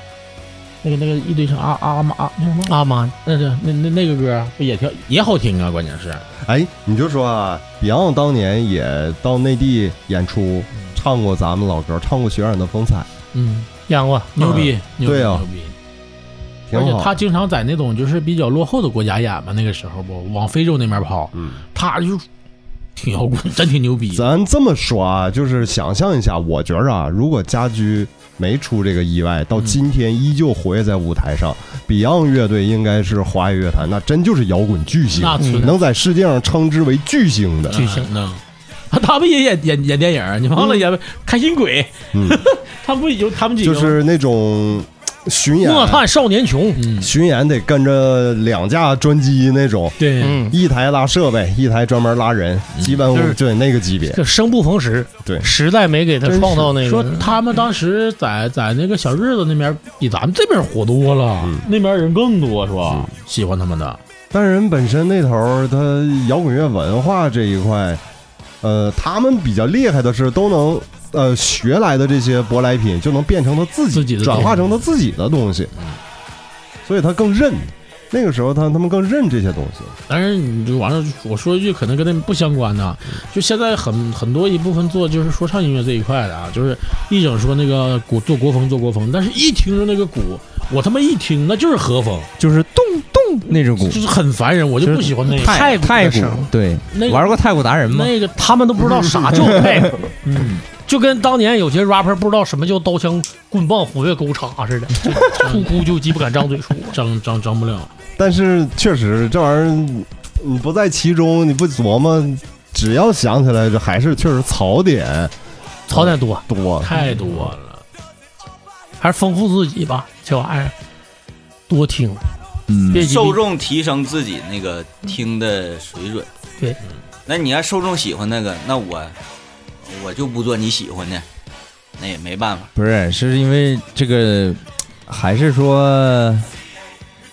那个那个一堆成阿阿妈阿那什么？阿妈，那那那那那个歌不也挺也好听啊？关键是，哎，你就说啊，Beyond 当年也到内地演出，唱过咱们老歌，唱过《血染的风采嗯，养过，牛逼，牛逼，对啊牛逼。》，挺而且好。他经常在那种就是比较落后的国家演嘛，那个时候不往非洲那边跑，嗯，他就挺摇滚，真挺牛逼。 咱这么说啊，就是想象一下，我觉着啊，如果家驹没出这个意外，到今天依旧活跃在舞台上、b e y o n d 乐队应该是华语乐坛那真就是摇滚巨星，那存能在世界上称之为巨星的。巨星呢？啊 他们也演演演电影，你忘了演《开心鬼》？嗯， 他们不有他们几个就吗是那种巡演，莫叹少年穷，嗯，巡演得跟着两架专机那种，对，嗯，一台拉设备，一台专门拉人，嗯基本就是就得那个级别。这生不逢时，对时代没给他真是创造那个。嗯说他们当时在在那个小日子那边比咱们这边火多了，嗯那边人更多是吧？嗯喜欢他们的，但人本身那头儿，他摇滚乐文化这一块，呃，他们比较厉害的是都能。呃，学来的这些舶来品就能变成他自己，自己的转化东成嗯他自己的东西，所以他更认。那个时候他他们更认这些东西。但是你就完了，我说一句可能跟那不相关的，嗯就现在很很多一部分做就是说唱音乐这一块的啊，就是一整说那个鼓做国风做国风，但是一听着那个鼓，我他妈一听那就是和风，就是动动那种鼓，就是很烦人，我就就是不喜欢那个太太鼓声，对那，个玩过太鼓达人吗？那个他们都不知道啥叫配，嗯，就跟当年有些 rapper 不知道什么叫刀枪棍棒虎月钩叉似的，就哭哭就鸡不敢张嘴说。整整整不了。但是确实这玩意儿，你不在其中，你不琢磨，只要想起来，这还是确实槽点槽点多，多。太多了。还是丰富自己吧，这玩意儿多听，嗯，别急受众提升自己那个听的水准。对，那你要受众喜欢那个，那我我就不做你喜欢的，那也没办法。不是，是因为这个，还是说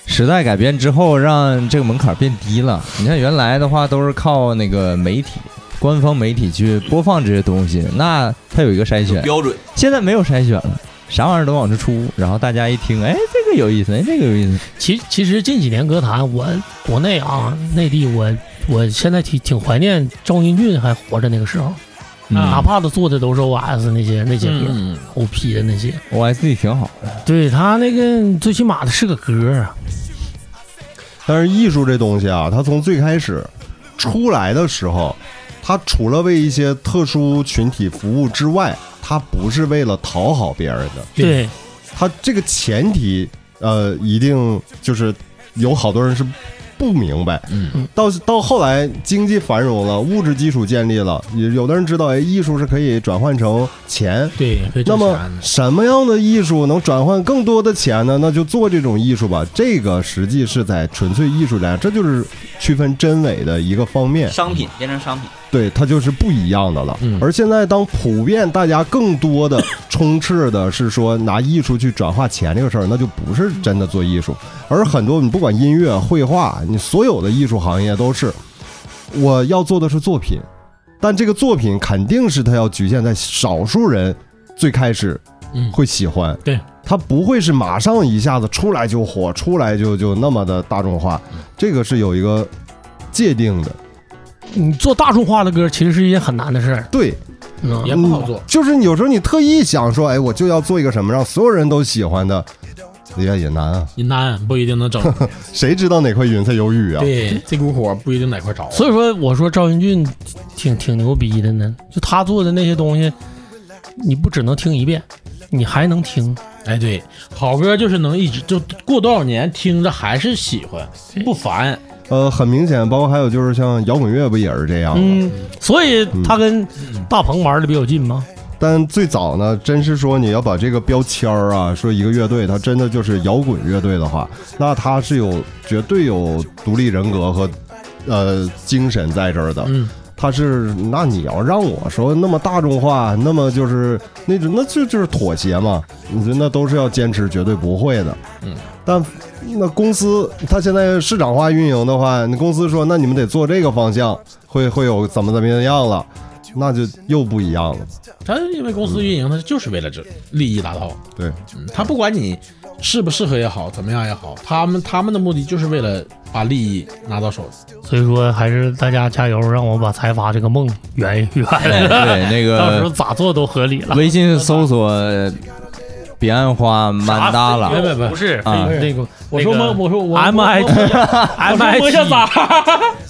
时代改变之后，让这个门槛变低了？你看原来的话都是靠那个媒体、官方媒体去播放这些东西，那它有一个筛选，标准现在没有筛选了。啥玩意儿都往出出，然后大家一听，哎，这个有意思，哎，这个有意思，其其实近几年歌坛，我国内啊、内地我，我现在挺挺怀念赵英俊还活着那个时候，哪嗯怕他做的都是 OS 那些那些歌、嗯， o p 的那些，我还自己 挺好的，对他那个最起码的是个歌啊，但是艺术这东西啊，它从最开始出来的时候，它除了为一些特殊群体服务之外，它不是为了讨好别人的。对，它这个前提，呃，一定就是有好多人是不明白。嗯，到到后来经济繁荣了，物质基础建立了，也有的人知道，哎，艺术是可以转换成钱。对，可那以挣么钱的。什么样的艺术能转换更多的钱呢？那就做这种艺术吧。这个实际是在纯粹艺术来，这就是区分真伪的一个方面。商品变成商品，对，它就是不一样的了。嗯而现在，当普遍大家更多的充斥的是说拿艺术去转化钱这个事儿，那就不是真的做艺术，而很多你不管音乐、绘画，你所有的艺术行业都是，我要做的是作品，但这个作品肯定是它要局限在少数人最开始嗯会喜欢，对它不会是马上一下子出来就火，出来就就那么的大众化，嗯这个是有一个界定的，你做大众化的歌其实是一件很难的事儿，对。嗯也不好做嗯。就是你有时候你特意想说，哎，我就要做一个什么让所有人都喜欢的，也也难啊。云南不一定能整，谁知道哪块云彩有雨啊？对， 这股火不一定哪块着。啊所以说，我说赵云俊挺挺牛逼的呢，就他做的那些东西，你不只能听一遍，你还能听。哎，对，好歌就是能一直就过多少年听着还是喜欢，不烦。呃，很明显，包括还有就是像摇滚乐不也是这样吗？嗯，所以他跟大鹏玩的比较近吗？但最早呢，真是说你要把这个标签儿啊，说一个乐队它真的就是摇滚乐队的话，那它是有绝对有独立人格和呃精神在这儿的。嗯，他是那你要让我说那么大众化，那么就是那种那这就是妥协嘛。你说那都是要坚持，绝对不会的。嗯，但那公司他现在市场化运营的话，那公司说那你们得做这个方向，会会有怎么怎么样了，那就又不一样了。他因为公司运营，他就是为了这利益达到，对，嗯他不管你适不适合也好，怎么样也好，他们他们的目的就是为了把利益拿到手。所以说还是大家加油，让我把财阀这个梦圆圆对了。对，那到时候个咋做都合理了。 微信搜索呃彼岸花曼达啥拉死，不是啊那个，我说那摸，个我说我 M I T 我 M 说 I 摸 T 一下咋？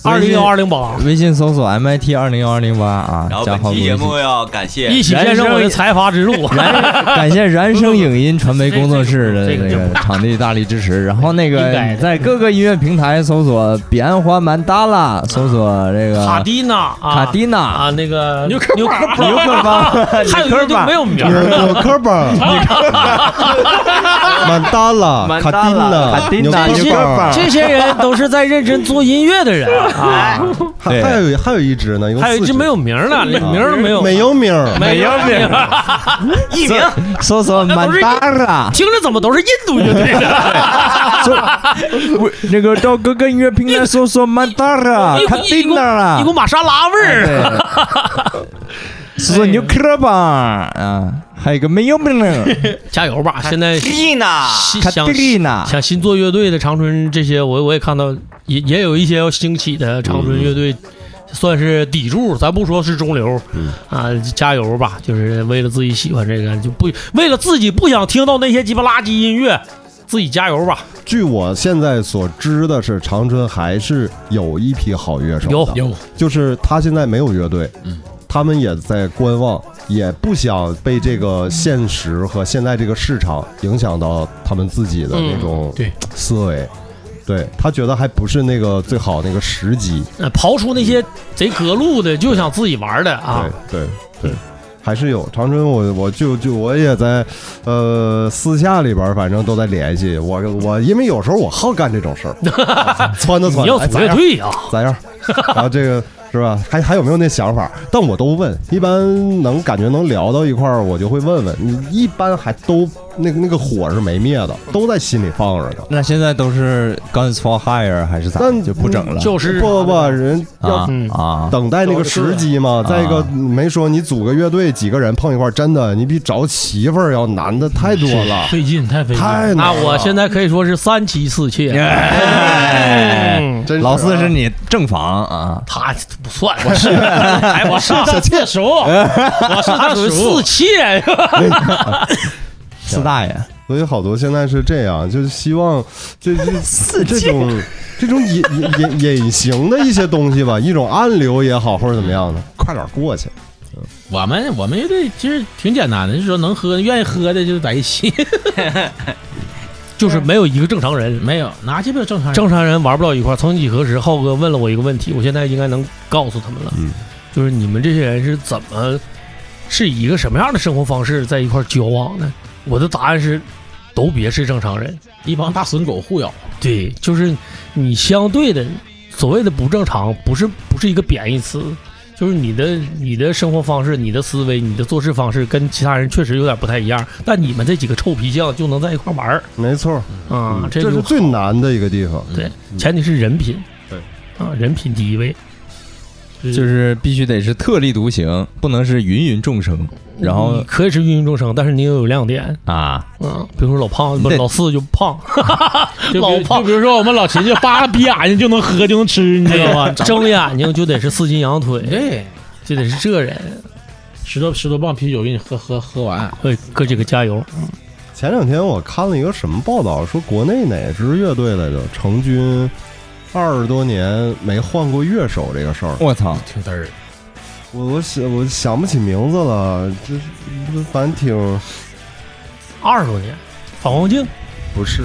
二零幺二零八，微信搜索 MIT 二零幺二零八啊然后，加本好期微节信。目要感谢一起见证我的财阀之路。 感谢燃声影音传媒工作室的这个那这个个场地大力支持。然后那应个该的你在各个音乐平台搜索“彼岸花曼达拉”，搜索这个卡蒂娜啊，卡蒂娜、啊，那个纽克纽克巴刘 克巴、还有一个刘克就巴没有名儿了。 纽科巴，曼达拉、曼卡达丁拉娜、卡丁娜纽纽科科巴巴，这些人都是在认真做音乐的人啊，还还有还有一支呢，共还有一四只支没有名儿的，连名儿都没有，啊没有名儿，没有名儿，艺名 搜索曼达拉。听着怎么都是印度乐队的？搜我那个到各个音乐平台搜索曼达拉、一股卡丁娜一拉股，玛莎拉味儿。对，搜索牛克巴啊，还有一个没有名儿加油吧！现在丽娜，新卡想蒂娜。想新做乐队的长春这些，我我也看到也也有一些要兴起的长春乐队，算是砥柱，咱不说是中流，啊，加油吧！就是为了自己喜欢这个，就不为了自己不想听到那些鸡巴垃圾音乐，自己加油吧！据我现在所知的是，长春还是有一批好乐手的，有有就是他现在没有乐队，嗯，他们也在观望，也不想被这个现实和现在这个市场影响到他们自己的那嗯种对思维。对他觉得还不是那个最好那个时机，呃，刨出那些贼隔路的，就想自己玩的啊，对对对，还是有长春我，我就就我也在，呃，私下里边儿反正都在联系我我，因为有时候我好干这种事 儿，撺掇撺掇，你要哎组咋乐样队啊，咋样？ 然后这个是吧？还还有没有那想法？但我都问，一般能感觉能聊到一块儿，我就会问问你。一般还都那个那个火是没灭的，都在心里放着的。那现在都是 Guns for Hire 还是咋但？就不整了？就是不不不，人啊要嗯啊！等待那个时机嘛。啊再一个，没说你组个乐队，几个人碰一块儿，真的你比找媳妇儿要难的太多了，费劲，太费劲。太那难了。啊我现在可以说是三妻四妾，哎嗯真老四是你正房啊，他不算，我 是哎，我是小妾熟， 我是他属于四妾，四大爷。 所以好多现在是这样，就是希望这这这种这种隐隐隐隐形的一些东西吧，一种暗流也好，或者怎么样的，快点过去。我们我们乐队其实挺简单的，就是说能喝愿意喝的就在一起， 就是没有一个正常人。没有哪鸡巴正常人。正常人玩不到一块儿。曾几何时，浩哥问了我一个问题，我现在应该能告诉他们了，嗯就是你们这些人是怎么，是以一个什么样的生活方式在一块儿交往的？我的答案是，都别是正常人。一帮大损狗互咬，对，就是你相对的所谓的不正常，不是不是一个贬义词，就是你的你的生活方式、你的思维、你的做事方式跟其他人确实有点不太一样，但你们这几个臭皮匠就能在一块玩儿没错，嗯啊、这就是最难的一个地方。对，前提是人品，对啊，人品第一位，就是必须得是特立独行，不能是芸芸众生。你然后可以是芸芸众生，但是你也有亮点，啊，嗯，比如说老胖，不你得老四就胖， 就老比胖就比如说我们老秦就扒拉逼眼睛就能喝就能吃，你知道吗？睁眼睛就得是四斤羊哎腿，对，就得是这人，十多十多磅啤酒给你喝喝喝完，各哥几个加油，前两天我看了一个什么报道，说国内哪支乐队来着，成军二十多年没换过乐手这个事儿，我操，挺嘚儿。 我我想我想不起名字了，这这反正挺二十多年，反光镜。不是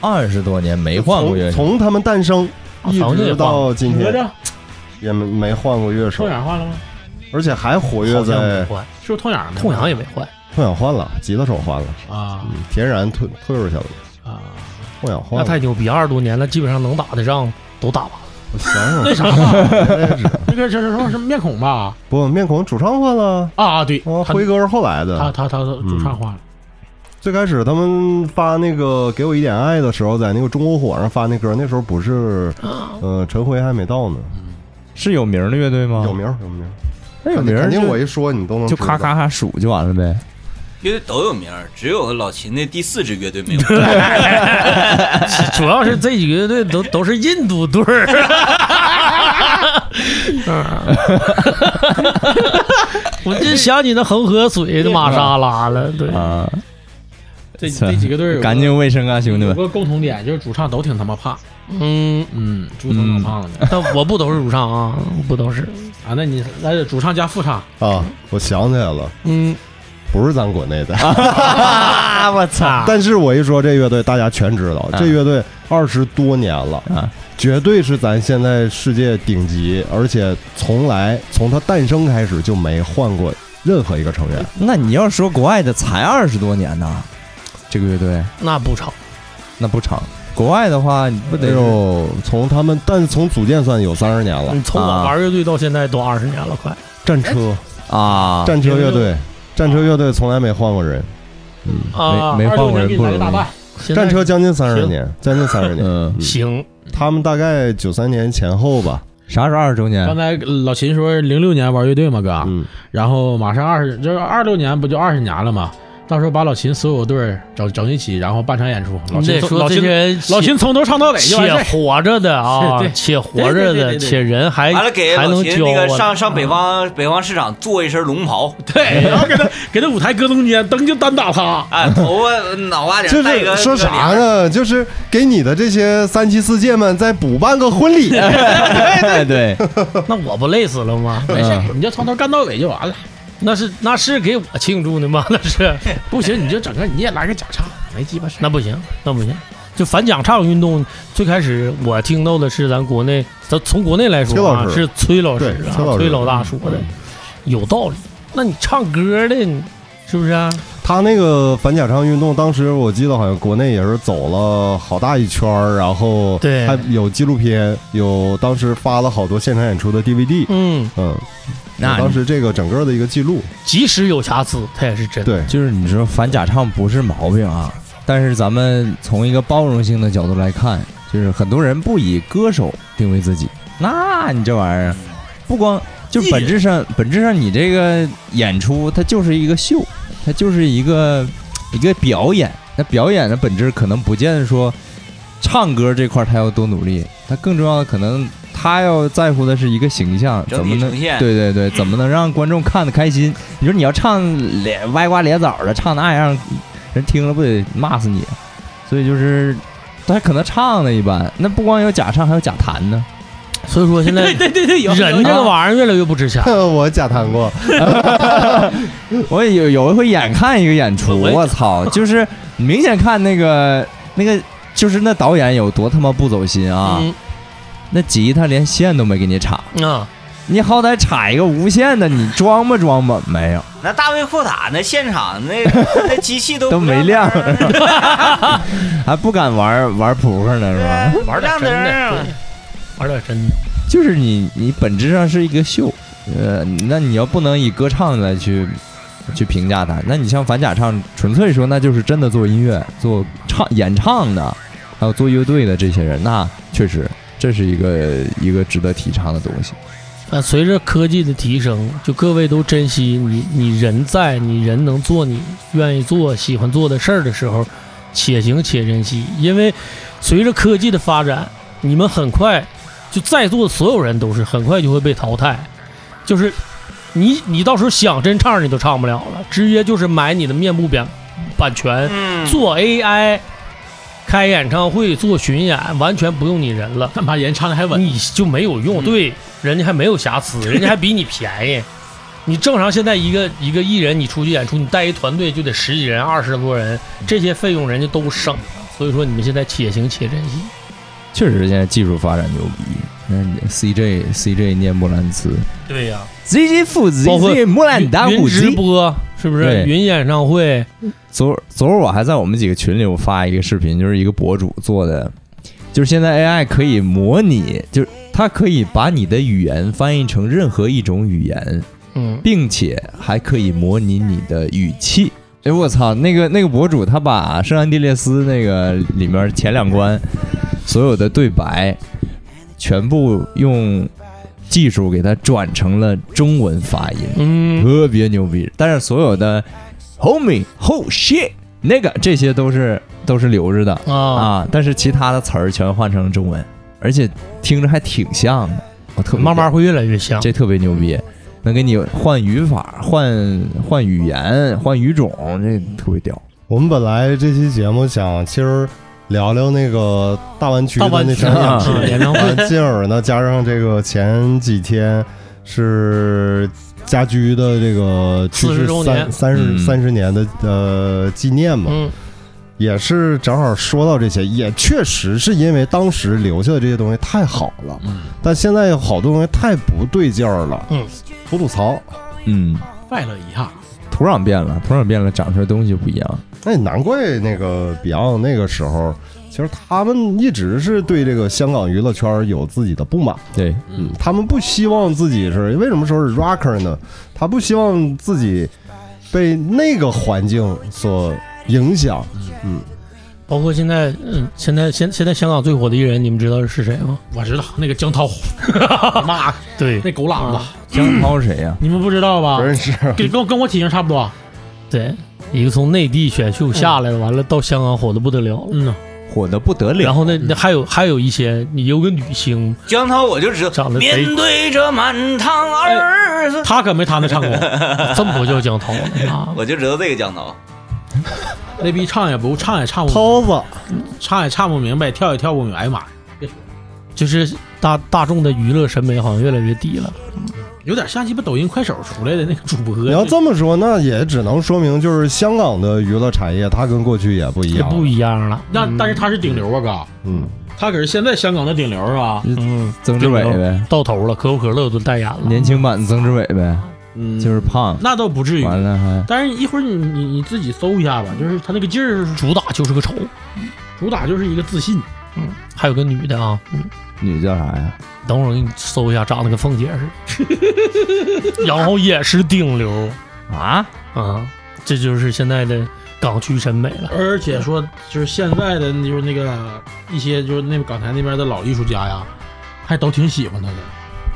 二十多年没换过乐器，从从他们诞生啊一反光镜也直换过到今哪天。吒也没没换过乐手痛，痒换了吗？而且还活跃好像在没换，是不是痛痒？痛痒也没换。痛痒换了，吉他手换了，啊嗯田然退退出去了，啊！痛痒换那了。太牛逼，二十多年了，基本上能打的仗都打完了。我想 想，那啥吧，那个叫什么什么面孔吧？不，面孔主唱换了，啊，对，哦，他辉哥是后来的。他他他主唱化了，最开始他们发那个《给我一点爱》的时候，在那个中国火上发那歌，那时候不是，啊呃，陈辉还没到呢，是有名儿的乐队吗？有名儿有名儿，嗯那有肯定名儿肯定就我一说你都能就知咔道咔咔数就完了呗。乐队都有名儿，只有老秦那第四支乐队没有。 主要是这几个乐队都都是印度队 儿。嗯 我就想起那恒河水的玛莎拉了，对，啊，这这几个队儿有个干净卫生啊，兄弟有们！个共同点，就是主唱都挺他妈胖，嗯，嗯，猪头老胖子但我不都是主唱啊，我不都是，啊。那你那是主唱加副唱，啊！我想起来了，嗯，不是咱国内的，啊， 我操！但是我一说这乐队，大家全知道，啊这乐队二十多年了啊，绝对是咱现在世界顶级，而且从来从它诞生开始就没换过任何一个成员。那你要说国外的才二十多年呢，这个乐队那不吵，那不长。国外的话，你不哎得呦，从他们，但从组建算有三十年了你，从我玩乐队到现在都二十年了，快，战车。啊？战车乐队，战车乐队从来没换过人，啊，没没二换六过年人给你不来容个大易。半，现在战车将近三十年，将近三十年。嗯，行，他们大概九三年前后吧，啥时候二十周年刚？才老秦说零六年玩乐队嘛，哥，嗯，然后马上二十，这二六年不就二十年了吗？到时候把老秦所有队儿整整一起，然后办场演出。老你秦得从说老这秦些人老秦从头唱到尾就完事且儿。活着 的啊是对，且活着对对对的，对对且人还完了，给还老能秦教啊那个我上上北方北方市场做一身龙袍，对，然后给他给他舞台搁中间，灯就单打他。哎，头发脑瓜顶就戴个是说啥？呢？就是给你的这些三妻四妾们再补办个婚礼。对 对， 那我不累死了吗？没事，你就从头干到尾就完了。那是那是给我庆祝的吗？ 那 是不行，你就整个你也来个假唱，没鸡巴事。那不行，那不行。就反讲唱运动，最开始我听到的是咱国内，咱从国内来崔说老啊，师是崔老师对啊，崔老师嗯崔老大说的，有道理。那你唱歌的，是不是啊？他那个反假唱运动，当时我记得好像国内也是走了好大一圈儿，然后对还有纪录片，有当时发了好多现场演出的 DVD，嗯，嗯，那当时这个整个的一个记录，即使有瑕疵，它也是真的。 对，就是你说反假唱不是毛病啊，但是咱们从一个包容性的角度来看，就是很多人不以歌手定位自己，那你这玩意儿不光就本质上本质上你这个演出它就是一个秀，它就是一个一个表演。那表演的本质可能不见得说唱歌这块儿他要多努力，他更重要的可能他要在乎的是一个形象，整怎体么能呈现对 对对，怎么能让观众看得开心？你说你要唱咧歪瓜裂枣的，唱那样，人听了不得骂死你？啊所以就是，他可能唱的一般，那不光有假唱，还有假弹呢。所以说现在 对对对，有人这个玩意儿越来越不值钱。我假弹过，我有有一回眼看一个演出，我也我操，就是明显看那个那个，就是那导演有多他妈不走心啊！嗯那吉他连线都没给你插，啊，你好歹插一个无线的，你装吧装吧，没有。那大卫库塔那现场那那机器都都没亮不灯儿，还不敢玩玩扑克呢，是啊吧？对玩不亮点真灯的，儿对。玩点真的。就是你你本质上是一个秀，呃，那你要不能以歌唱来去去评价它，那你像反假唱，纯粹说那就是真的做音乐、做唱演唱的，还有做乐队的这些人，那确实这是一个一个值得提倡的东西。但啊随着科技的提升，就各位都珍惜你你人在，你人能做你愿意做、喜欢做的事儿的时候，且行且珍惜。因为随着科技的发展，你们很快就在座的所有人都是很快就会被淘汰，就是你你到时候想真唱你都唱不了了，直接就是买你的面部版版权，嗯，做 AI，开演唱会、做巡演，完全不用你人了。他妈人唱的还稳，你就没有用，对，人家还没有瑕疵，人家还比你便宜。你正常现在一个一个艺人，你出去演出，你带一团队就得十几人、二十多人，这些费用人家都省了。所以说你们现在且行且珍惜。确实，现在技术发展牛逼。那 CJ CJ 念莫兰兹对呀、 ，ZJ 父包括 ZJ 莫兰达云古直兹。播是不是对？云演唱会，昨儿昨儿我还在我们几个群里，我发一个视频，就是一个博主做的，就是现在 AI 可以模拟，就是它可以把你的语言翻译成任何一种语言，嗯，并且还可以模拟你的语气。哎，我操，那个那个博主他把《圣安地列斯》那个里面前两关所有的对白，全部用技术给它转成了中文发音，嗯，特别牛逼。但是所有的 homie、ho shit、那个这些都是都是留着的啊，啊，但是其他的词儿全换成中文，而且听着还挺像的。我特别嗯慢慢会越来越像。这特别牛逼，能给你换语法、换换语言、换语种，这特别屌。我们本来这期节 目想今儿聊聊那个大湾区大的湾那区场演出啊，演唱会，啊，进而呢，加上这个前几天是家居的这个去40世周年三三十嗯三十年的呃纪念嘛，嗯也是正好说到这些，也确实是因为当时留下的这些东西太好了，但现在有好多东西太不对劲儿了，嗯，吐吐槽。嗯，快乐一下，土壤变了，土壤变了，长出来东西不一样。那、难怪那个 Beyond 那个时候，其实他们一直是对这个香港娱乐圈有自己的不满。对，嗯，他们不希望自己是为什么说是 rocker 呢？他不希望自己被那个环境所影响。嗯，包括现在，嗯，现在现现在香港最火的艺人，你们知道是谁吗？我知道那个江涛， 妈，对，啊那狗懒子，江涛谁呀、你们不知道吧不？认识。跟跟跟我体型差不多。对，一个从内地选秀下来的，完了到香港火的不得了，嗯呐，火的不得然了。后那那还有还有一些，你有个女星，江涛我就知道，长得贼面对着满堂儿子，她可没她那唱功，这么不叫江涛呢啊！我就知道这个江涛。 那逼唱也不唱也唱不涛子，唱也唱不明白，跳也跳不明白。哎呀妈呀，就是大大众的娱乐审美好像越来越低了。有点像鸡巴抖音、快手出来的那个主播。你要这么说，那也只能说明就是香港的娱乐产业，它跟过去也不一也样。不一样了。那但是他是顶流啊，哥，嗯，他可是现在香港的顶流是吧？嗯，曾志伟呗，到头了，可口可乐都代言了。年轻版的曾志伟呗，嗯，就是胖，那倒不至于。完了还但是一会儿你你你自己搜一下吧，就是他那个劲儿，主打就是个丑，主打就是一个自信。还有个女的啊，嗯女叫啥呀？等会儿我给你搜一下，长得跟凤姐似 的，然后也是顶流啊，啊，这就是现在的港区审美了。而且说，就是现在的就是那个一些就是那个港台那边的老艺术家呀，还都挺喜欢他的。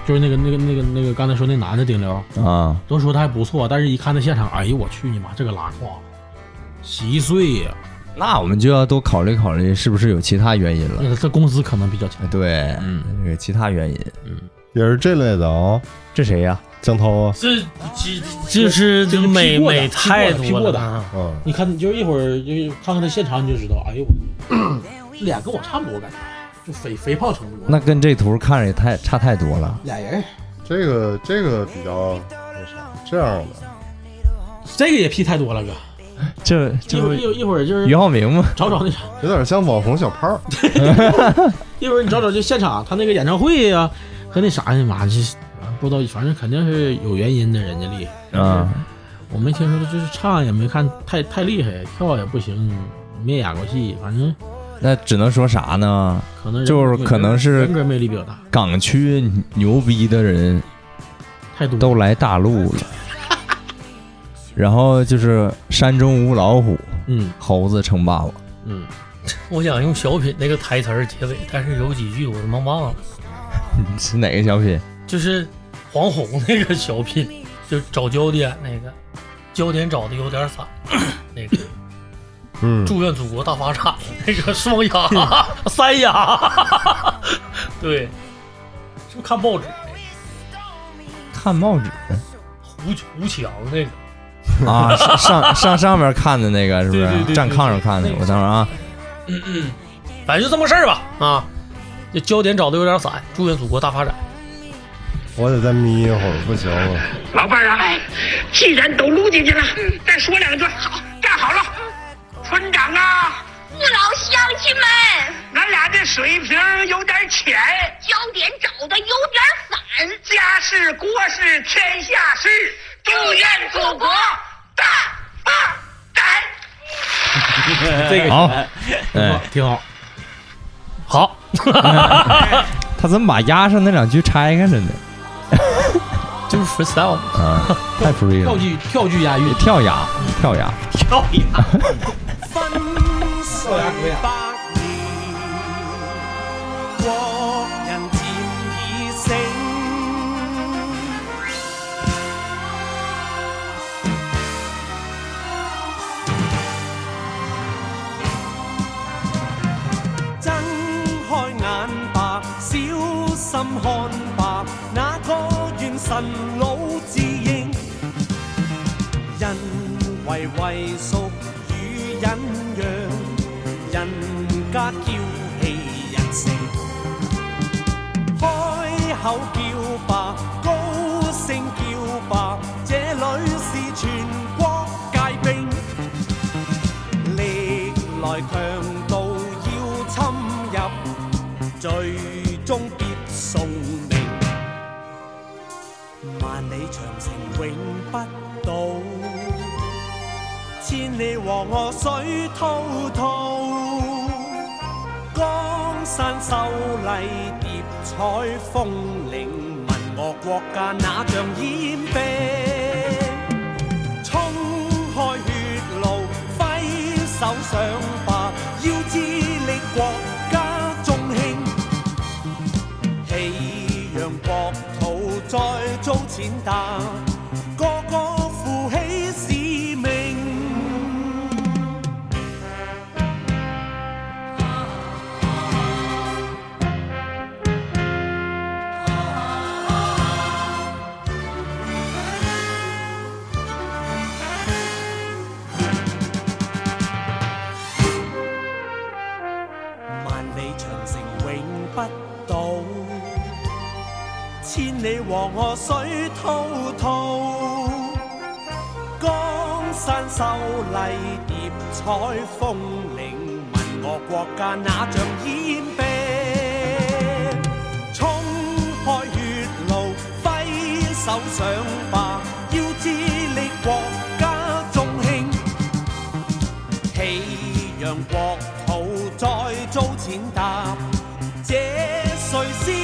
就是那个那个那个那个刚才说那男的顶流，啊，都说他还不错，但是一看他现场，哎呦我去你妈，这个拉胯，稀碎呀、那我们就要多考虑考虑，是不是有其他原因了？呃，这工资可能比较强哎，对，嗯，有其他原因。也是这类的啊。这谁呀、江涛啊，这这是这是美批过的美太多批过的批过了的啊。嗯，你看，你就是一会儿就是看看他现场，你就知道，哎呦 我，脸跟我差不多，感觉就肥肥胖程度。那跟这图看着也太差太多了。俩人，这个这个比较那啥，这样的这个也 P 太多了，哥。这一这会不儿一会儿一会儿就是俞灏明吗？找找那啥，有点像网红小胖。一会儿你找找就现场他那个演唱会呀、和那啥呀妈这不知道，反正肯定是有原因的，人家厉害。啊，我没听说，就是唱也没看太太厉害，跳也不行，没演过戏，反正那只能说啥呢？可能人就是可能是人格魅力比较大，港区牛逼的人太多了都来 大陆了，然后就是山中无老虎，嗯猴子称霸王。嗯，我想用小品那个台词儿结尾，但是有几句我他妈忘了，是哪个小品？就是黄宏那个小品，就找焦点那个，焦点找的有点散， 那个嗯，祝愿祖国大发展那个双牙 三牙， 对，是不是看报纸看报纸胡胡强那个？啊，上上上上面看的那个是不对对对是？对站炕上看的对，对我当 时啊，反正就这么事儿吧啊，这焦点找的有点散，祝愿祖国大发展。我得再眯一会儿，不行了。老伴儿啊，既然都撸进去了，再说两句。嗯好，站好了，村长啊，父老乡亲们，咱俩这水平有点浅，焦点找的有点散。家事国事天下事，祝愿祖国大发 展。好，哎，挺好。好，他怎么把压上那两句拆开了呢？就是 freestyle 嘛啊，太 free 跳了，句跳句押韵，跳崖，跳崖，哎跳一下。分水百年，國人漸已醒。睜開眼吧，小心看吧，那個元神老自認。因為為屬與忍讓，人家驕氣人性，開口叫吧，高聲叫吧，這裏是全國戒兵，歷來強盜要侵入，最終必送命。萬里長城永不倒，千里和我水滔滔。江山秀麗疊彩風景，問我國家那像煙兵，衝開血路，揮手上吧，要致力國家中興。氣揚國土再遭踐踏，個個負起使命。萬里長城永不倒，千里和我水滔滔。江山秀麗疊彩風景，問我國家那像煙兵，衝開血路，揮手上吧，要致力國家中興。氣揚國土再遭踐踏，這誰是？